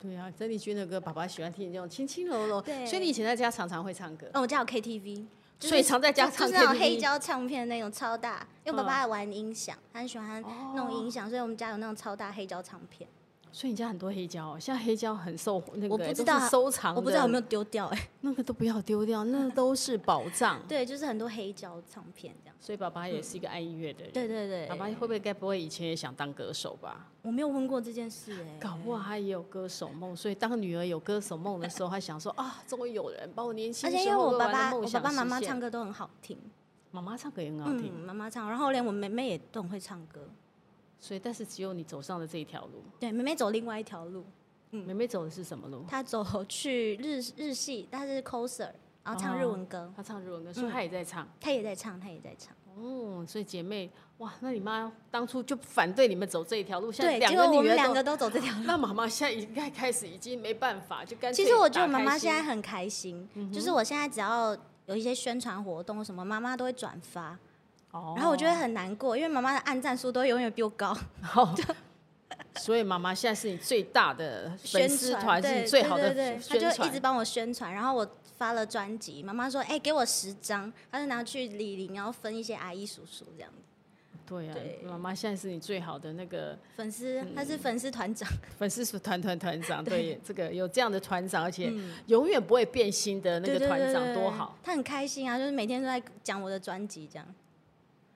A: 对啊，邓丽君的歌，爸爸喜欢听这种轻轻柔柔。
B: 对
A: 所以你以前在家常常会唱歌，
B: 哦，我家有 KTV，就是
A: 所以常在家
B: 就
A: 唱
B: 是那种
A: KTV。
B: 黑胶唱片那种超大，因为我
A: 嗯
B: 爸爸爱玩音响，他很喜欢弄音响，所以我们家有那种超大黑胶唱片。
A: 所以你家很多黑胶、哦，现在黑胶很受那个，
B: 我不知
A: 哦都是
B: 道
A: 收藏的，
B: 我不知道有没有丢掉哎、
A: 那个都不要丢 (laughs) 掉，那都是宝藏。
B: 对，就是很多黑胶唱片这样。
A: 所以爸爸也是一个爱音乐的人。
B: 对对对，
A: 爸爸会不会该不会以前也想当歌手吧？
B: 我没有问过这件事哎、
A: 搞不好他也有歌手梦，所以当女儿有歌手梦的时候，他想说啊，终于有人把我年轻
B: 而
A: 时候
B: 且因为我
A: 未完的
B: 爸爸，
A: 梦
B: 我
A: 想
B: 爸爸妈妈
A: 实现
B: 唱，歌都很好听，
A: 妈妈唱歌也很好
B: 嗯
A: 听，，
B: 妈妈唱，然后连我妹妹也都很会唱歌。
A: 所以但是只有你走上了这一条路。
B: 对，妹妹走另外一条路，嗯
A: 妹妹走的是什么路？
B: 她走去日日系，她是 coser，然后唱日文歌，
A: 她唱日文歌，
B: 嗯
A: 所以她也在唱。
B: 她也在唱，她也在唱。
A: 哦，所以姐妹，哇，那你妈当初就反对你们走这一条路，现在
B: 对，
A: 两
B: 结果
A: 个
B: 我
A: 女
B: 们
A: 儿
B: 两
A: 都
B: 个都走这条路。
A: 那妈妈现在应该开始已经没办法，就干脆
B: 其实我觉得
A: 打开心嗯
B: 妈妈现在很开心，就是我现在只要有一些宣传活动什么，妈妈都会转发，
A: 哦，
B: 然后我就会很难过，因为妈妈的按赞数都永远比我
A: (laughs)
B: 高。
A: 好。所以妈妈现在是你最大的粉
B: 宣
A: 丝
B: 传
A: 团，是
B: 对
A: 你最好的
B: 对对
A: 宣
B: 对，他就一直
A: 传。
B: 帮我宣传，然后我发了专辑，妈妈说：“哎、给我十张。” (laughs) 她就拿去李玲，然后分一些阿姨叔叔这样子。
A: 对啊
B: 对，
A: 妈妈现在是你最好的那个
B: 粉丝，
A: 嗯
B: 她是粉丝团长，
A: 粉丝是团团团长。对，这个有这样的团长，而且永远不会变心的 (laughs) 那
B: 对
A: 个
B: 嗯对
A: 团
B: 对
A: 长
B: 对
A: 多好。
B: (laughs) 她很开心啊，就是每天都在讲我的专辑这样。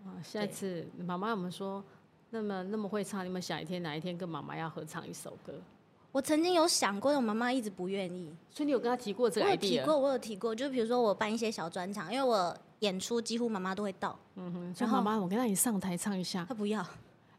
A: 哇啊下次妈妈我们说，那么那么会唱，你们想一天哪一天跟妈妈要合唱一首歌？
B: 我曾经有想过，我妈妈一直不愿意。
A: 所以你有跟她提过这
B: 我
A: 个
B: 有提
A: idea？
B: 过，我有提过，就比如说我办一些小专场，因为我演出几乎妈妈都会到，
A: 嗯哼，说
B: 然后
A: 妈妈，我跟她一上台唱一下。
B: 她不要。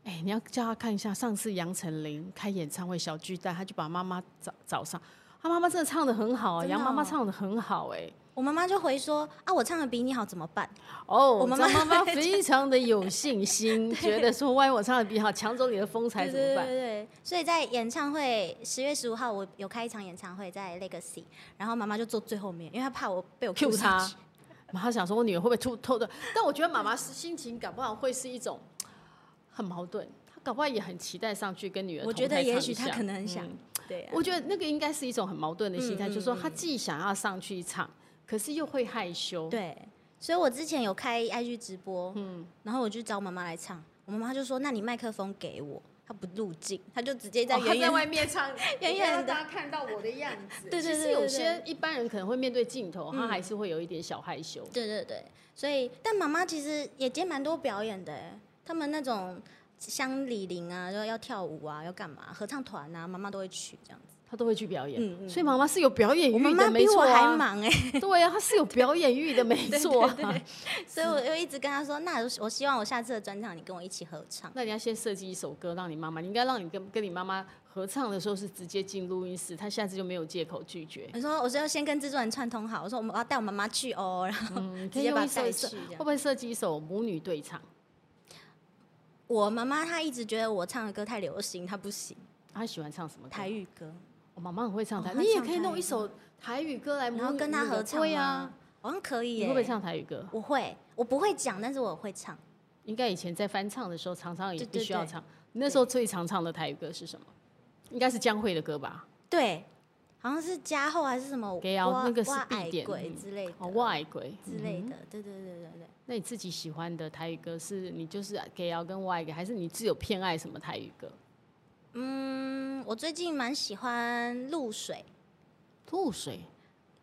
A: 哎、你要叫他看一下，上次杨丞琳开演唱会小巨蛋，他就把妈妈找找上，他妈妈真的唱的很好啊，
B: 真的
A: 杨妈妈
B: 哦
A: 唱的很好哎、 (laughs)
B: 我妈妈就回说：“啊，我唱的比你好，怎么办
A: 哦，
B: 我妈
A: 张
B: 妈
A: 妈 (laughs) 妈非常的有信 (laughs) 心，觉得说万一我唱的比你好，抢走你的风？”采
B: 对
A: 怎么
B: 对对
A: 办？
B: 对。所以在演唱会十月十五号，我有开一场演唱会在 Legacy，然后妈妈就坐最后面，因为她怕我被我
A: Cue
B: 上
A: 她
B: 去
A: (laughs) 妈妈想说我女儿会不会偷偷的？但我觉得妈妈是心情搞不好会是一种很矛盾，她搞不好也很期待上去跟女儿
B: 我
A: 同
B: 觉得
A: 台
B: 也
A: 唱
B: 许
A: 一
B: 她
A: 下嗯
B: 可能很想，对啊、
A: 我觉得那个应该是一种很矛盾的心态，
B: 嗯
A: 就是说她既想要上去唱，可是又会害羞。哦
B: 对。所以我之前有开 IG 直播，嗯，然后我就找妈妈来唱，我妈妈就说：“那你麦克风给我。”她不入镜，她就直接在
C: 哦他
B: 远远、
C: 外面唱，
B: 远
C: 你
B: (laughs) 远
C: 要让
B: 的
C: 大家看到我的样子。
B: 对对对
A: 其
B: 对
A: 实有
B: 对
A: 些一般人可能会面对镜头，他还是会有一点小害羞。
B: 对对对，所以但妈妈其实也接蛮多表演的欸，他们那种像李玲啊，就要跳舞啊，要干嘛，合唱团啊，妈妈都会去这样子。
A: 他都会去表演。
B: 嗯嗯
A: 所以妈妈是有表演
B: 我妈
A: 欲
B: 妈
A: 的，没
B: 比我
A: 错
B: 还
A: 啊。
B: 忙哎、
A: 对啊，她是有表演欲
B: (laughs)
A: 的，没错啊。
B: 所以我又一直跟她说，那我希望我下次的专场你跟我一起合唱。
A: 那你要先设计一首歌让你妈妈，你应该让你跟跟你妈妈合唱的时候是直接进录音室，她下次就没有借口拒绝。
B: 我说，我说要先跟制作人串通好，我说我们要带我妈妈去哦，然后
A: 嗯，
B: 直接把
A: 可
B: 它
A: 以用
B: 带
A: 一
B: 去
A: 首
B: 这
A: 会
B: 样
A: 不。会设计一首母女对唱？
B: 我妈妈她一直觉得我唱的歌太流行，她不行，
A: 她喜欢唱什么歌？
B: 台语歌，
A: 我妈妈很会唱
B: 哦
A: 台，
B: 她
A: 你也
B: 唱
A: 可以弄
B: 台
A: 一
B: 语
A: 首台语歌来母
B: 然后
A: 女
B: 跟
A: 那
B: 她
A: 个
B: 合唱
A: 对
B: 吗
A: 啊，
B: 好像可以
A: 你
B: 耶、
A: 会不会唱台语歌？
B: 我会，我不会讲，但是我会唱。
A: 应该以前在翻唱的时候，常常也
B: 对
A: 必
B: 对
A: 须要
B: 对
A: 唱。你那时候最常唱的台语歌是什么？应该是江蕙的歌吧？
B: 对，好像是加厚还是什么
A: 给啊
B: 挖
A: 那个是
B: 挖
A: 必
B: 矮
A: 点
B: 鬼
A: 嗯
B: 之类的，
A: 哦，外鬼
B: 之类。
A: 嗯
B: 的，对对对对对。
A: 那你自己喜欢的台语歌是你就是给瑶跟外给，还是你自有偏爱什么台语歌？
B: 嗯，我最近蛮喜欢露水，
A: 露水，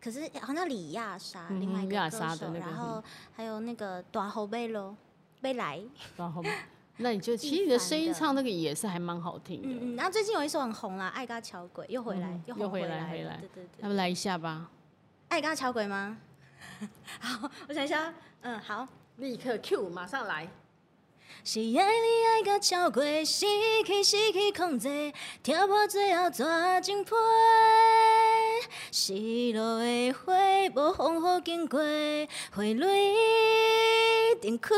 B: 可是好像李亚莎、
A: 嗯
B: 另外一
A: 哼
B: 个
A: 亚
B: 歌
A: 莎的
B: 手，
A: 那个嗯
B: 然后还有那个短后贝咯，贝嗯莱，
A: 然后 (laughs) 那你就其实
B: 一
A: 你的
B: 凡
A: 声音
B: 的
A: 唱那个也是还蛮好听的。
B: 嗯嗯，然后最近有一首很红啦，《爱嘎巧鬼》又回来
A: 嗯，
B: 又
A: 又
B: 红
A: 回来
B: 来
A: 回
B: 了
A: 来
B: 对对对。
A: 那么来一下吧，
B: 爱刚巧鬼吗？ (laughs) 好，我想一下，嗯，好。
A: 立刻 Q，马上来。
B: 是爱你爱到超过，失去失去控制，跳破最后大情批。失落的花无风雨经过，花蕊展开，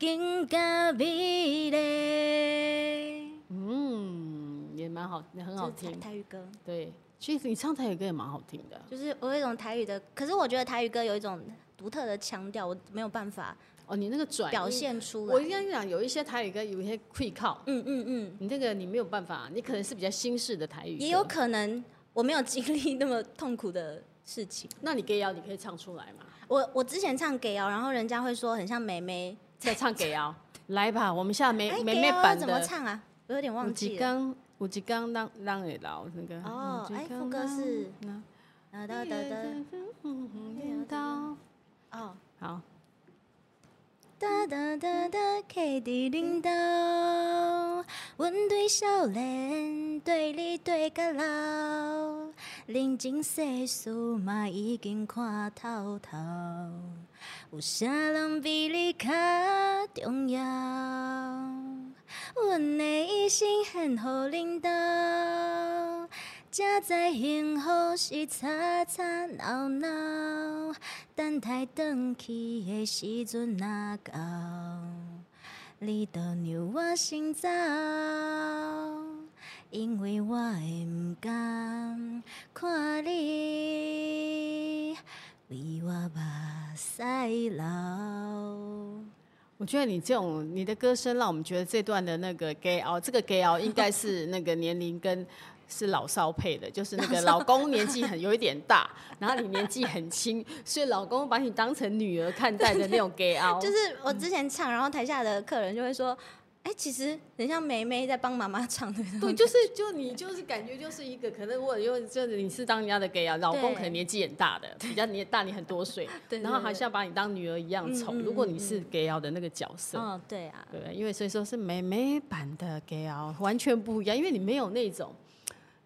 B: 更加美丽。
A: 嗯，也蛮好，很好
B: 就是台
A: 听。
B: 台语歌，
A: 对，其实你唱台语歌也蛮好听的。
B: 就是我有一种台语的，可是我觉得台语歌有一种独特的腔调，我没有办法
A: 哦，你那个转
B: 表
A: 音
B: 现出来。
A: 我跟你讲，有一些台语歌有一些会靠，
B: 嗯嗯嗯，
A: 你那个你没有办法，你可能是比较新式的台语歌，
B: 也有可能我没有经历那么痛苦的事情。
A: 那你给瑶你可以唱出来嘛？
B: 我我之前唱给哦，然后人家会说很像梅梅，
A: 再唱给瑶，来吧，我们下梅
B: 哎，
A: 梅
B: 给
A: 梅
B: 哦
A: 版
B: 怎么
A: 的。
B: 唱啊？我有点
A: 有
B: 忘
A: 一
B: 记了。
A: 天，有一天让让会老那个。
B: 哦
A: 有一
B: 哎
A: 天
B: 副歌是
A: 咱
B: 哒呃哒哒哒，
A: 嗯到
B: 哦，
A: 好，
B: 哒哒哒哒，溪伫恁兜，阮对少年，对你对到老，人情世事嘛已经看透透，有啥人比你较重要？阮的一生献乎恁兜。才知幸福是吵吵闹闹，等待返去的时阵若到，你就让我先走，因为我会毋甘看你为我目屎流。
A: 我觉得你这种你的歌声让我们觉得这段的那个 gay 熬，这个 gay 熬应该是那个年龄跟是老少配的，就是那个老公年纪很有一点大，然后你年纪很轻，所以老公把你当成女儿看待的那种 gay 熬，
B: 就是我之前唱，然后台下的客人就会说：“哎、其实很像梅梅在帮妈妈唱的。” (laughs)
A: 对，就是就你就是感觉就是一个可能我又就是你是当人家的 gay 啊，老公
B: 对
A: 可能年纪很大的，比较年大你很多岁，
B: (laughs) 对对
A: 然后好
B: 对
A: 像把你当女儿一样宠。
B: 嗯嗯
A: 如果你是 gay 啊的那个角色，
B: 哦，对啊，
A: 对，因为所以说是美美版的 gay 啊，完全不一样，因为你没有那种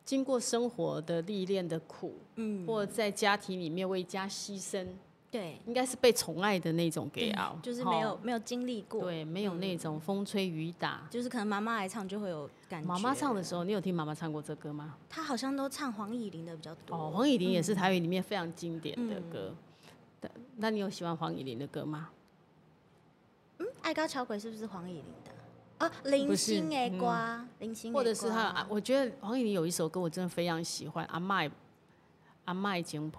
A: 经过生活的历练的苦，
B: 嗯，
A: 或在家庭里面为家牺牲，
B: 对，
A: 应该是被宠爱的那种 gay 啊，
B: 就是没有嗯
A: 哦
B: 没有经历过，
A: 对，没有那种风吹雨打。
B: 就是可能妈妈来唱就会有感觉。
A: 妈妈唱的，时候，你有听妈妈唱过这歌吗？
B: 她好像都唱黄以玲的比较多。嗯
A: 哦，黄以玲也是台语里面非常经典的歌。但那你有喜欢黄以玲的歌吗？
B: 嗯爱高桥鬼是不是黄以玲的？哦，林
A: 啊不是嗯
B: 心的瓜，林心的
A: 或者是
B: 歌
A: 他，我觉得黄以玲有一首歌我真的非常喜欢，《阿麦阿麦金杯》。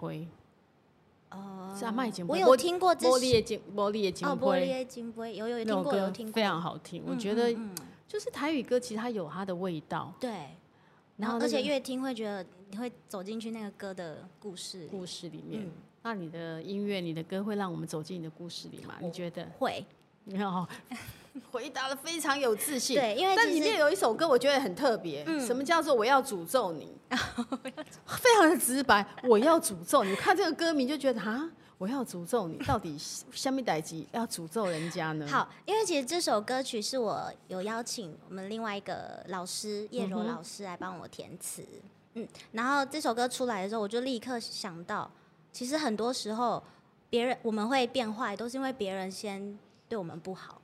B: 哦，
A: 是阿嬷以前播
B: 我有听过这
A: 玻璃的金，玻璃的金
B: 哦，玻璃
A: 杯，
B: 的金杯有有
A: 那
B: 有听
A: 首
B: 过有
A: 歌
B: 听过
A: 非，常好听。我
B: 嗯
A: 觉得
B: 嗯嗯
A: 就是台语歌，其实它有它的味道，
B: 对。
A: 然
B: 然
A: 后
B: 后，
A: 那
B: 哦而且
A: 个
B: 越听会觉得你会走进去那个歌的故事里，
A: 故事里面
B: 嗯。
A: 那你的音乐、你的歌会让我们走进你的故事里吗？你觉得？
B: 会
A: 你看 (laughs) 哦，回答的非常有自信。
B: 对因为
A: 但
B: 其
A: 里
B: 实嗯
A: 面有一首歌，我觉得很特别。什么叫做我要诅咒
B: (laughs)
A: 你？非常的直白，我要诅咒你。看这个歌名就觉得啊，我要诅咒你，到底下面代级要诅咒人家呢？，
B: 好，因为其实这首歌曲是
A: 嗯
B: 我有邀请我们另外一个老师叶柔老师来帮我填词，嗯然后这首歌出来的时候，我就立刻想到，其实很多时候别人我们会变坏，都是因为别人先对我们不好。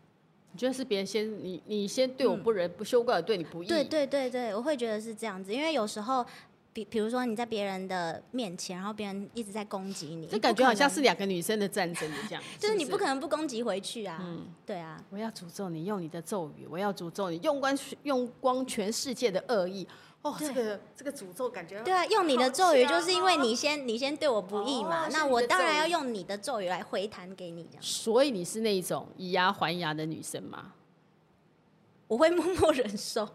A: 你觉得是别人先你你先对我不仁、不羞怪，我对你不义，
B: 对对对对，我会觉得是这样子，因为有时候。比比如说你在别人的面前，然后别人一直在攻击你，
A: 这感觉好像
B: 不
A: 是两个女生的战争一样
B: 可能，就是你
A: 不嗯
B: 不可能不攻击回去啊，对啊，
A: 我要诅咒你，用你的咒语；我要诅咒你，用光用光全世界的恶意。哦，
B: 对
A: 这个这个诅咒感觉哦
B: 对啊，用你的咒语
A: 好强
B: 就
A: 哦
B: 是因为你先你先对我不义嘛，
A: 哦是
B: 那
A: 你的
B: 我当然
A: 咒语
B: 要用你的咒语来回弹给你，这样
A: 所以你是那一种以牙还牙的女生吗？
B: 我会默默忍受。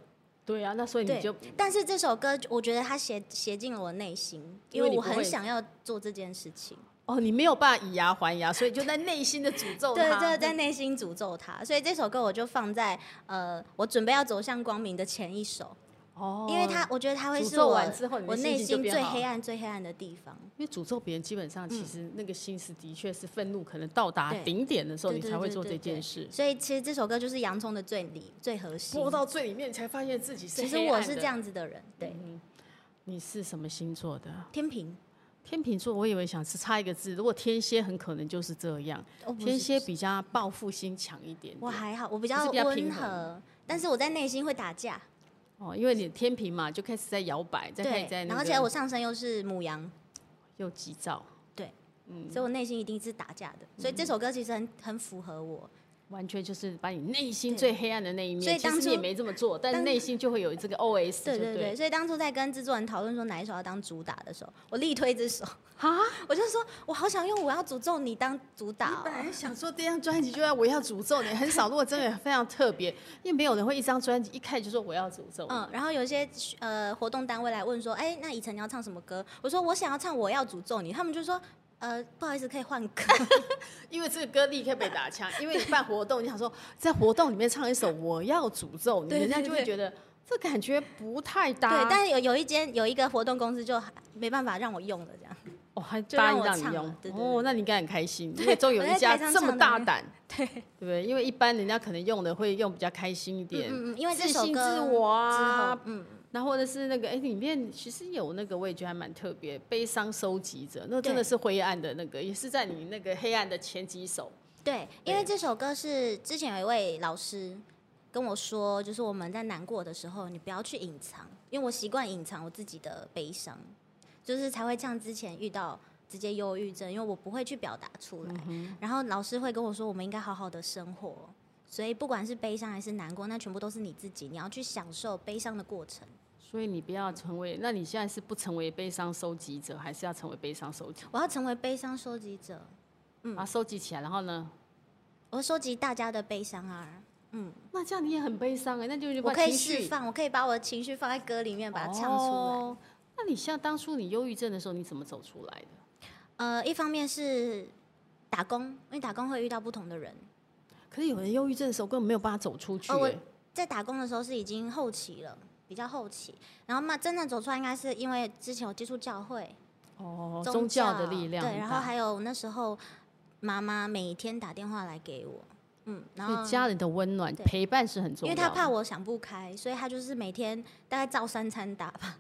A: 对啊，那所以 (laughs) 你
B: 对
A: 就，
B: 但是这首歌我觉得它写写进了我内心，
A: 因
B: 因
A: 为
B: 为
A: 你
B: 我
A: 不会
B: 很想要做这件事情，
A: 哦，你没有办法以牙还牙，所以就在内心的诅咒
B: 对
A: 她。
B: 对，在内心诅咒他，所以这首歌我就放在呃，我准备要走向光明的前一首，
A: 哦，
B: 因为它我觉得它会
A: 诅
B: 是
A: 咒
B: 我
A: 完之后你的
B: 我
A: 心
B: 内
A: 情就
B: 心
A: 变
B: 最
A: 好
B: 黑暗最黑暗的地方。
A: 因为诅咒别人，基本上其实那个心是的确是愤怒，可能到达
B: 对
A: 顶点的时候，
B: 对
A: 你
B: 对
A: 才会
B: 对
A: 做
B: 对
A: 这
B: 对
A: 件事。
B: 所以其实这首歌就是洋葱的最里最核心
A: 播。到最里面，才发现自己是
B: 其实
A: 黑
B: 我
A: 暗
B: 是
A: 的
B: 这。样子的人，对，
A: 你是什么星座的？
B: 天平。
A: 天秤座，我以为想是差一个字，如果天蝎很可能就是这样。
B: 哦不是
A: 天蝎比较报复心强一点
B: 我
A: 点，
B: 还好，我比
A: 你
B: 较
A: 是比较平
B: 温
A: 衡嗯
B: 和，但是我在内心会打架，
A: 哦，因为你天平嘛，就开始在摇摆，在开
B: 对
A: 始在，
B: 然
A: 那
B: 后而且
A: 个
B: 我上身又是母羊，
A: 又急躁，嗯
B: 所以我内心一定是打架的，所以这首歌其实很很符合我。
A: 完全就是把你内心
B: 对
A: 最黑暗的那一面。
B: 所以
A: 其
B: 当
A: 实你也
B: 初
A: 没这么做，但是
B: 当
A: 内心就会有这个 OS，
B: 对
A: 就
B: 对对，
A: 对。
B: 所以当初在跟制作人讨论说哪一首要当主打的时候，我力推这首，
A: 啊，
B: (laughs) 我就说我好想用我要诅咒你当主打、
A: 本
B: 哦。
A: 来想说这张专辑就要我要诅咒你，很少，如果真的非常特别，因为没有人会一张专辑一开始就说我要诅咒你。
B: 嗯，然后有一些呃活动单位来问说，哎，那以晨你要唱什么歌？我说我想要唱我要诅咒你，他们就说，呃，不好意思，可以换歌。
A: 因为这个歌立刻被打枪，因为你办活动，你想说在活动里面唱一首《我要诅咒你》，
B: 对
A: 人家
B: 对
A: 就会
B: 对
A: 觉得这感觉不太搭。
B: 对，但是有有一间有一个活动公司就还没办法让我用了，这样。
A: 哦，还
B: 就
A: 答
B: 让
A: 应
B: 我
A: 让你
B: 唱了
A: 用，
B: 对对
A: 哦，
B: 对
A: 那你应该很开
B: (laughs)
A: 心，因为终于有一家
B: 我在台上
A: 这么
B: 唱的
A: 大
B: 那个
A: 胆，
B: (laughs) 对，
A: 对不对？因为一般人家可能用的会用比较开心一点，
B: 嗯嗯，因为这
A: 自
B: 首
A: 信
B: 歌
A: 自我啊
B: 之后，嗯，
A: 然后或者是那个哎，里面其实有那个我也觉得还蛮特别，悲伤收集者，那真的
B: 对
A: 是灰暗的那个，也是在你那个黑暗的前几首。
B: 对，因为这首歌是之前有一位老师跟我说，就是我们在难过的时候，你不要去隐藏，因为我习惯隐藏我自己的悲伤，就是才会像之前遇到直接忧郁症，因为我不会去表达出来。然后老师会跟我说，我们应该好好的生活，所以不管是悲伤还是难过，那全部都是你自己，你要去享受悲伤的过程。
A: 所以你不要成为，那你现在是不成为悲伤收集者，还是要成为悲伤收集？
B: 我要成为悲伤收集者，嗯
A: 把它收集起来，然后呢？
B: 我要收集大家的悲伤啊。嗯，
A: 那这样你也很悲伤哎、那就是
B: 我
A: 把
B: 可以
A: 情绪
B: 释放，我可以把我的情绪放在歌里面，把它唱出来。
A: 哦那你像当初你忧郁症的时候，你怎么走出来的？
B: 呃，一方面是打工，因为打工会遇到不同的人。
A: 可是有人忧郁症的时候根本没有办法走出去、
B: 哦我
A: 欸
B: 在打工的时候是已经后期了，比较后期。然后嘛，真正走出来应该是因为之前有接触教会、
A: 哦，
B: 宗啊
A: 教的力量很大，
B: 对，然后还有那时候妈妈每天打电话来给我，嗯，然
A: 所
B: 后
A: 以家人的温暖
B: 对
A: 陪伴是很重
B: 因
A: 要
B: 为
A: 的。
B: 她怕我想不开，所以她就是每天大概照三餐打吧。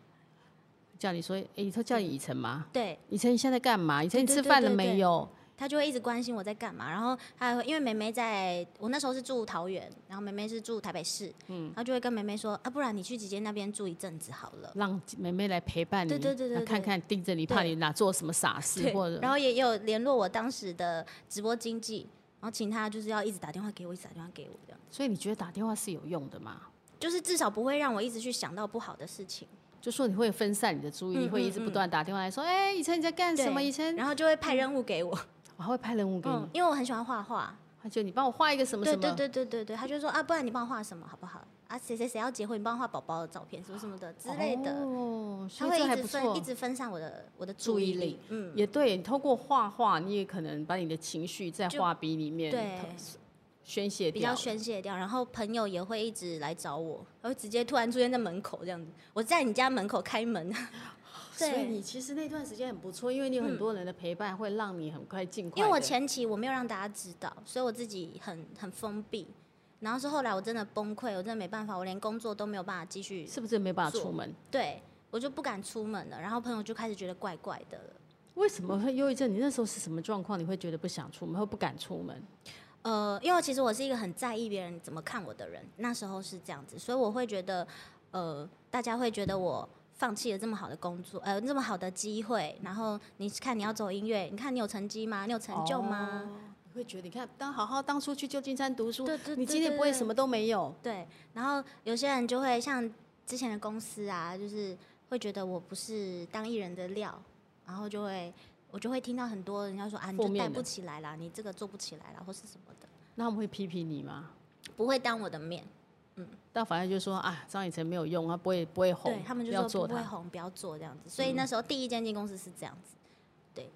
A: 叫你说，哎、他叫你以晨吗？
B: 对，
A: 以晨，你现在在干嘛？以晨，你
B: 对
A: 吃
B: 对
A: 饭了
B: 对
A: 没
B: 对
A: 有？
B: 她就会一直关心我在干嘛。然后她还会因为梅梅在我那时候是住桃园，然后梅梅是住台北市，嗯，然后就会跟梅梅说啊，不然你去姐姐那边住一阵子好了。
A: 让妹妹来陪伴你，
B: 对对对对
A: 那看
B: 对
A: 看盯着你，怕
B: 对
A: 你哪做什么傻事
B: 对
A: 或者
B: 然后也有联络我当时的直播经纪，然后请他就是要一直打电话给我，一直打电话给我这样，
A: 所以你觉得打电话是有用的吗？
B: 就是至少不会让我一直去想到不好的事情，
A: 就说你会分散你的注意力，
B: 嗯
A: 会一直不断打电话来说，哎、以晨你在干什么？
B: 对
A: 以晨，
B: 然后就会派任务给我，
A: 我还会拍人物给你
B: 嗯，，因为我很喜欢画画，
A: 他就你帮我画一个什么什
B: 对
A: 么，
B: 对对对对对，他就说啊，不然你帮我画什么好不好？啊，谁谁谁要结婚，你帮我画宝宝的照片，什么什么的之类的，
A: 哦，
B: 他
A: 所以
B: 会
A: 这还
B: 一直
A: 不
B: 分一
A: 错。
B: 直分散我的我的
A: 注
B: 注
A: 意
B: 意
A: 力
B: 力，嗯，
A: 也对，你透过画画，你也可能把你的情绪在
B: 就
A: 画笔里面
B: 对
A: 宣泄
B: 比
A: 掉
B: 较。宣泄掉，然后朋友也会一直来找我，然后直接突然出现在门口这样子，我在你家门口开门， (laughs)
A: 所以
B: 对嗯
A: 你其实那段时间很不错，因为你有很多人的陪伴，会让你很快尽快地。
B: 因为我前期我没有让大家知道，所以我自己很很封闭。然后是后来我真的崩溃，我真的没办法，我连工作都没有办法继续
A: 是不是没办法
B: 做
A: 出门？
B: 对。我就不敢出门了。然后朋友就开始觉得怪怪的了。
A: 为什么会忧郁症？你那时候是什么状况？你会觉得不想出门，会不敢出门？
B: 呃，因为其实我是一个很在意别人怎么看我的人，那时候是这样子，所以我会觉得，呃，大家会觉得我放弃了这么好的工作，呃，这么好的机会，然后你看你要走音乐，你看你有成绩吗？你有成就吗？
A: 哦你会觉得，你看，当好好当初去旧金山读书，
B: 对对
A: 你今天不会什
B: 么
A: 么都没有。
B: 对，然后有些人就会像之前的公司啊，就是会觉得我不是当艺人的料，然后就会我就会听到很多人家说啊，你
A: 负
B: 就
A: 面
B: 带
A: 的
B: 不起来啦，你这个做不起来啦，或是什么的，
A: 那他们会批评你吗？
B: 不会当我的面。
A: 但反正就说啊，张以晨没有用，他不会不会红，
B: 对他们就
A: 不要
B: 说
A: 做嗯
B: 不会
A: 他。
B: 红，不要做这样子。所以那时候第一间经纪公司是这样子，对，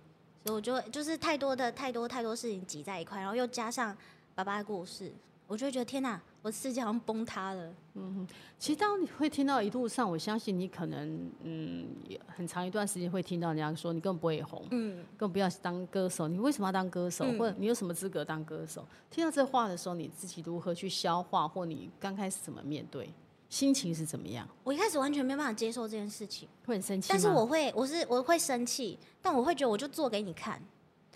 B: 所以我就会就是太多的太多太多事情挤在一块，然后又加上爸爸的故事，我就会觉得天哪、我世界好像崩塌了。
A: 其实当你会听到一路上，我相信你可能嗯，也很长一段时间会听到人家说你根本不会红，
B: 嗯，
A: 更不要当歌手，你为什么要当歌手，
B: 嗯
A: 或者你有什么资格当歌手？听到这话的时候，你自己如何去消化，或你刚开始怎么面对，心情是怎么样？
B: 我一开始完全没办法接受这件事情，
A: 会很生气吗？
B: 但是我会我是我会生气，但我会觉得我就做给你看。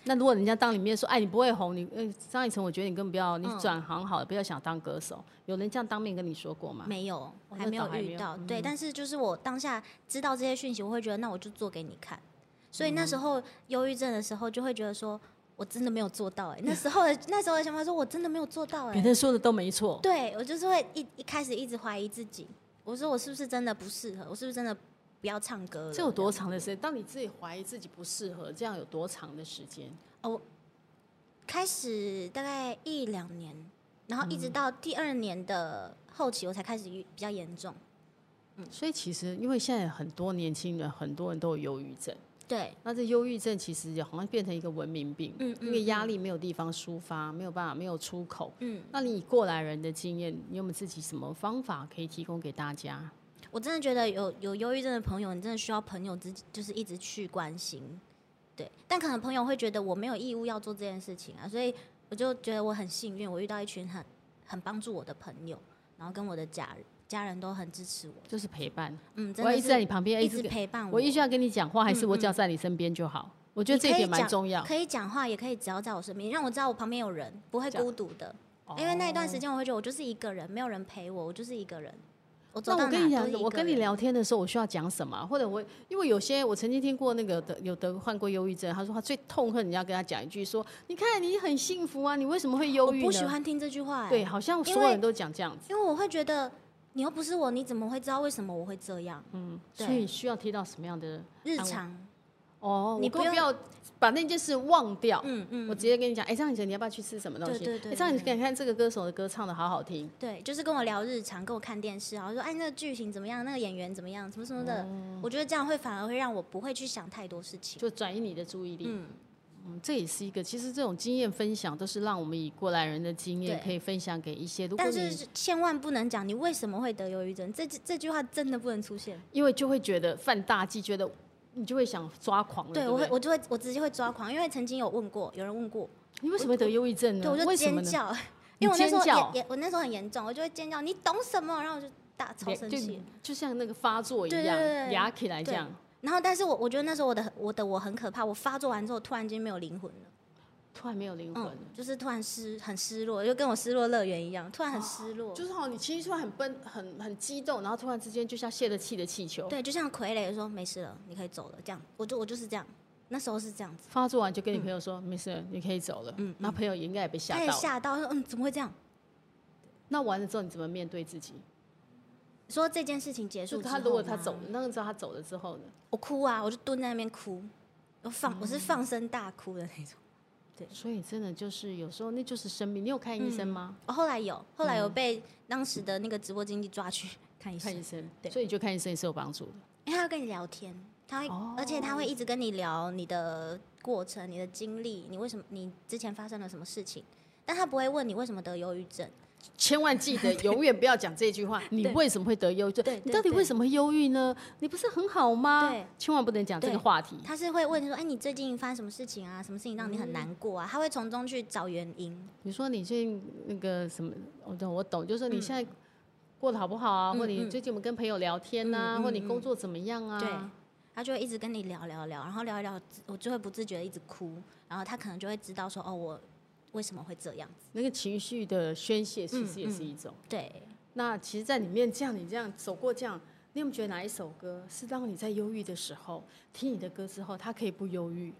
A: 那如果人家当里面说，哎，你不会红，你呃，张以晨，我觉得你根本不要，你
B: 嗯
A: 转行好了，不要想当歌手。有人这样当面跟你说过吗？
B: 没有，
A: 哦
B: 还
A: 那
B: 没
A: 倒
B: 有
A: 还没
B: 遇
A: 有嗯
B: 到。对，但是就是我当下知道这些讯息，我会觉得那我就做给你看。所
A: 嗯
B: 以那时候忧郁症的时候，就会觉得说我真的没有做到哎、那时候的那时候的想法说我真的没有做到哎、
A: 别人说的都没错，
B: 对我就是会一一开始一直怀疑自己，我说我是不是真的不适合？我是不是真的不要唱歌了？
A: 这有多
B: 样
A: 长的时间？当你自己怀疑自己不适合，这样有多长的时间？
B: 开始大概一两年，然后一
A: 嗯
B: 直到第二年的后期，我才开始比较严重。
A: 所以其实，因为现在很多年轻人，很多人都有忧郁症，
B: 对，
A: 那这忧郁症其实也好像变成一个文明病，
B: 嗯
A: 因为压力没有地方抒发，没有办法，没有出口。
B: 嗯。
A: 那你以过来人的经验，你有没有自己什么方法可以提供给大家？
B: 我真的觉得有有忧郁症的朋友，你真的需要朋友之就是一直去关心，对。但可能朋友会觉得我没有义务要做这件事情啊，所以我就觉得我很幸运，我遇到一群很很帮助我的朋友，然后跟我的家人家人都很支持我，
A: 就是陪伴，
B: 嗯，真
A: 我要
B: 的
A: 一直在
B: 是
A: 你旁边，
B: 一
A: 直
B: 直
A: 跟
B: 陪伴我。
A: 我一直要跟你讲话，还是
B: 嗯
A: 我只要在你身边就好？我觉得这一
B: 你可以
A: 点蛮
B: 讲
A: 重要，
B: 可以讲话，也可以只要在我身边，让我知道我旁边有人，不会
A: 这样
B: 孤独的。因为那一段时
A: 哦。
B: 间，我会觉得我就是一个人，没有人陪我，我就是一个人。我走
A: 那
B: 到
A: 我
B: 哪
A: 跟你
B: 都
A: 讲
B: 是，一
A: 我
B: 个
A: 跟你
B: 人，
A: 聊天的时候，我需要讲什么啊？或者我，因为有些我曾经听过那个得有得患过忧郁症，他说他最痛恨人家跟他讲一句说：“你看你很幸福啊，你为什么会忧
B: 我
A: 郁呢？”
B: 不喜欢听这句话、哎
A: 对，好像
B: 因
A: 所有
B: 为
A: 人都讲这样子，
B: 因为我会觉得你又不是我，你怎么会知道为什么我会这样？对
A: 所以需要听到什么样的
B: 日
A: 安慰
B: 常，
A: 哦？
B: 你
A: 我根本
B: 不
A: 不要把那件事忘掉，
B: 嗯
A: 我
B: 嗯，
A: 直接跟你讲，哎，张雨晨，你要不要去吃什么东西？
B: 对对对
A: 哎张雨晨，
B: 对
A: 你看这个歌手的歌唱的好好听，
B: 对，就是跟我聊日常，跟我看电视，然后说哎，那个剧情怎么样？那个演员怎么样？什么什么的。
A: 哦
B: 我觉得这样会反而会让我不会去想太多事情。
A: 就转移你的注意力。
B: 嗯，
A: 嗯，这也是一个，其实这种经验分享都是让我们以过来人的经验
B: 对
A: 可以分享给一些，如果
B: 但
A: 你
B: 是千万不能讲你为什么会得忧郁症，这句这句话真的不能出现。
A: 因为就会觉得犯大忌，觉得你就会想抓狂了。对
B: 对，
A: 不
B: 我
A: 对，
B: 会我就会我直接会抓狂，因为曾经有问过，有人问过，
A: 你为什么会得忧郁症呢？
B: 对我就
A: 啊为什么
B: 尖
A: 呢？
B: 叫，
A: 你
B: 因为我那时候
A: 尖叫
B: 也也我那时候很严重，我就会尖叫，你懂什么？然后我就大超生
A: 就
B: 气。
A: 就像那个发作一
B: 对对
A: 样
B: 对，对
A: 压起来这
B: 对
A: 样。
B: 然后，但是我我觉得那时候我的我的我很可怕，我发作完之后突然间没有灵魂了，
A: 突然没有灵魂了
B: 嗯，就是突然失很失落，就跟我失落乐园一样，突然很失落，
A: 就是好，你其实突然很奔、很很激动，然后突然之间就像泄了气的气球，
B: 对，就像傀儡说没事了，你可以走了，这样，我就我就是这样，那时候是这样子，
A: 发作完就跟你朋友说、没事，你可以走了。
B: 嗯
A: 嗯，那朋友也应该也被吓
B: 他也
A: 到了。
B: 吓到，说嗯怎么会这样？
A: 那完了之后你怎么面对自己？
B: 说这件事情结
A: 就
B: 束之后
A: 他
B: 吗，
A: 如果他走了，那个时候他走了之后呢？
B: 我哭啊，我就蹲在那边哭，我放、我是放声大哭的那种。
A: 所以真的就是有时候那就是生命。你有看医
B: 嗯
A: 生吗？
B: 我哦后来有，后来有
A: 嗯
B: 被当时的那个直播经济抓去看医生
A: 看，医生，
B: 对
A: 所以你就看医生也是有帮助的。
B: 因为他会跟你聊天，他会，
A: 哦
B: 而且他会一直跟你聊你的过程、你的经历，你为什么你之前发生了什么事情，但他不会问你为什么得忧郁症。
A: 千万记得，永远不要讲这句
B: (laughs)
A: 话。你为什么会得忧郁症
B: 对对？
A: 你到底为什么会忧郁呢？你不是很好吗
B: 对？
A: 千万不能讲这个
B: 对
A: 话题。
B: 他是会问你说：“哎，你最近发生什么事情啊？什么事情让你
A: 嗯
B: 很难过啊？”他会从中去找原因。
A: 你说你最近那个什么，我懂，我懂，就是说你现在过得好不好啊，
B: 嗯
A: 或者你
B: 嗯
A: 最近我们跟朋友聊天呐、
B: 嗯嗯
A: 或者你
B: 嗯
A: 工作怎么样啊？
B: 对，他就会一直跟你聊聊聊，然后聊一聊，我就会不自觉的一直哭，然后他可能就会知道说，哦，我为什么会这样子？
A: 那个情绪的宣泄其实也是一种。
B: 对，嗯
A: 那其实，在里面这样，你这样走过这样，你有没有觉得哪一首歌是当你在忧郁的时候，听你的歌之后，它可以不忧郁？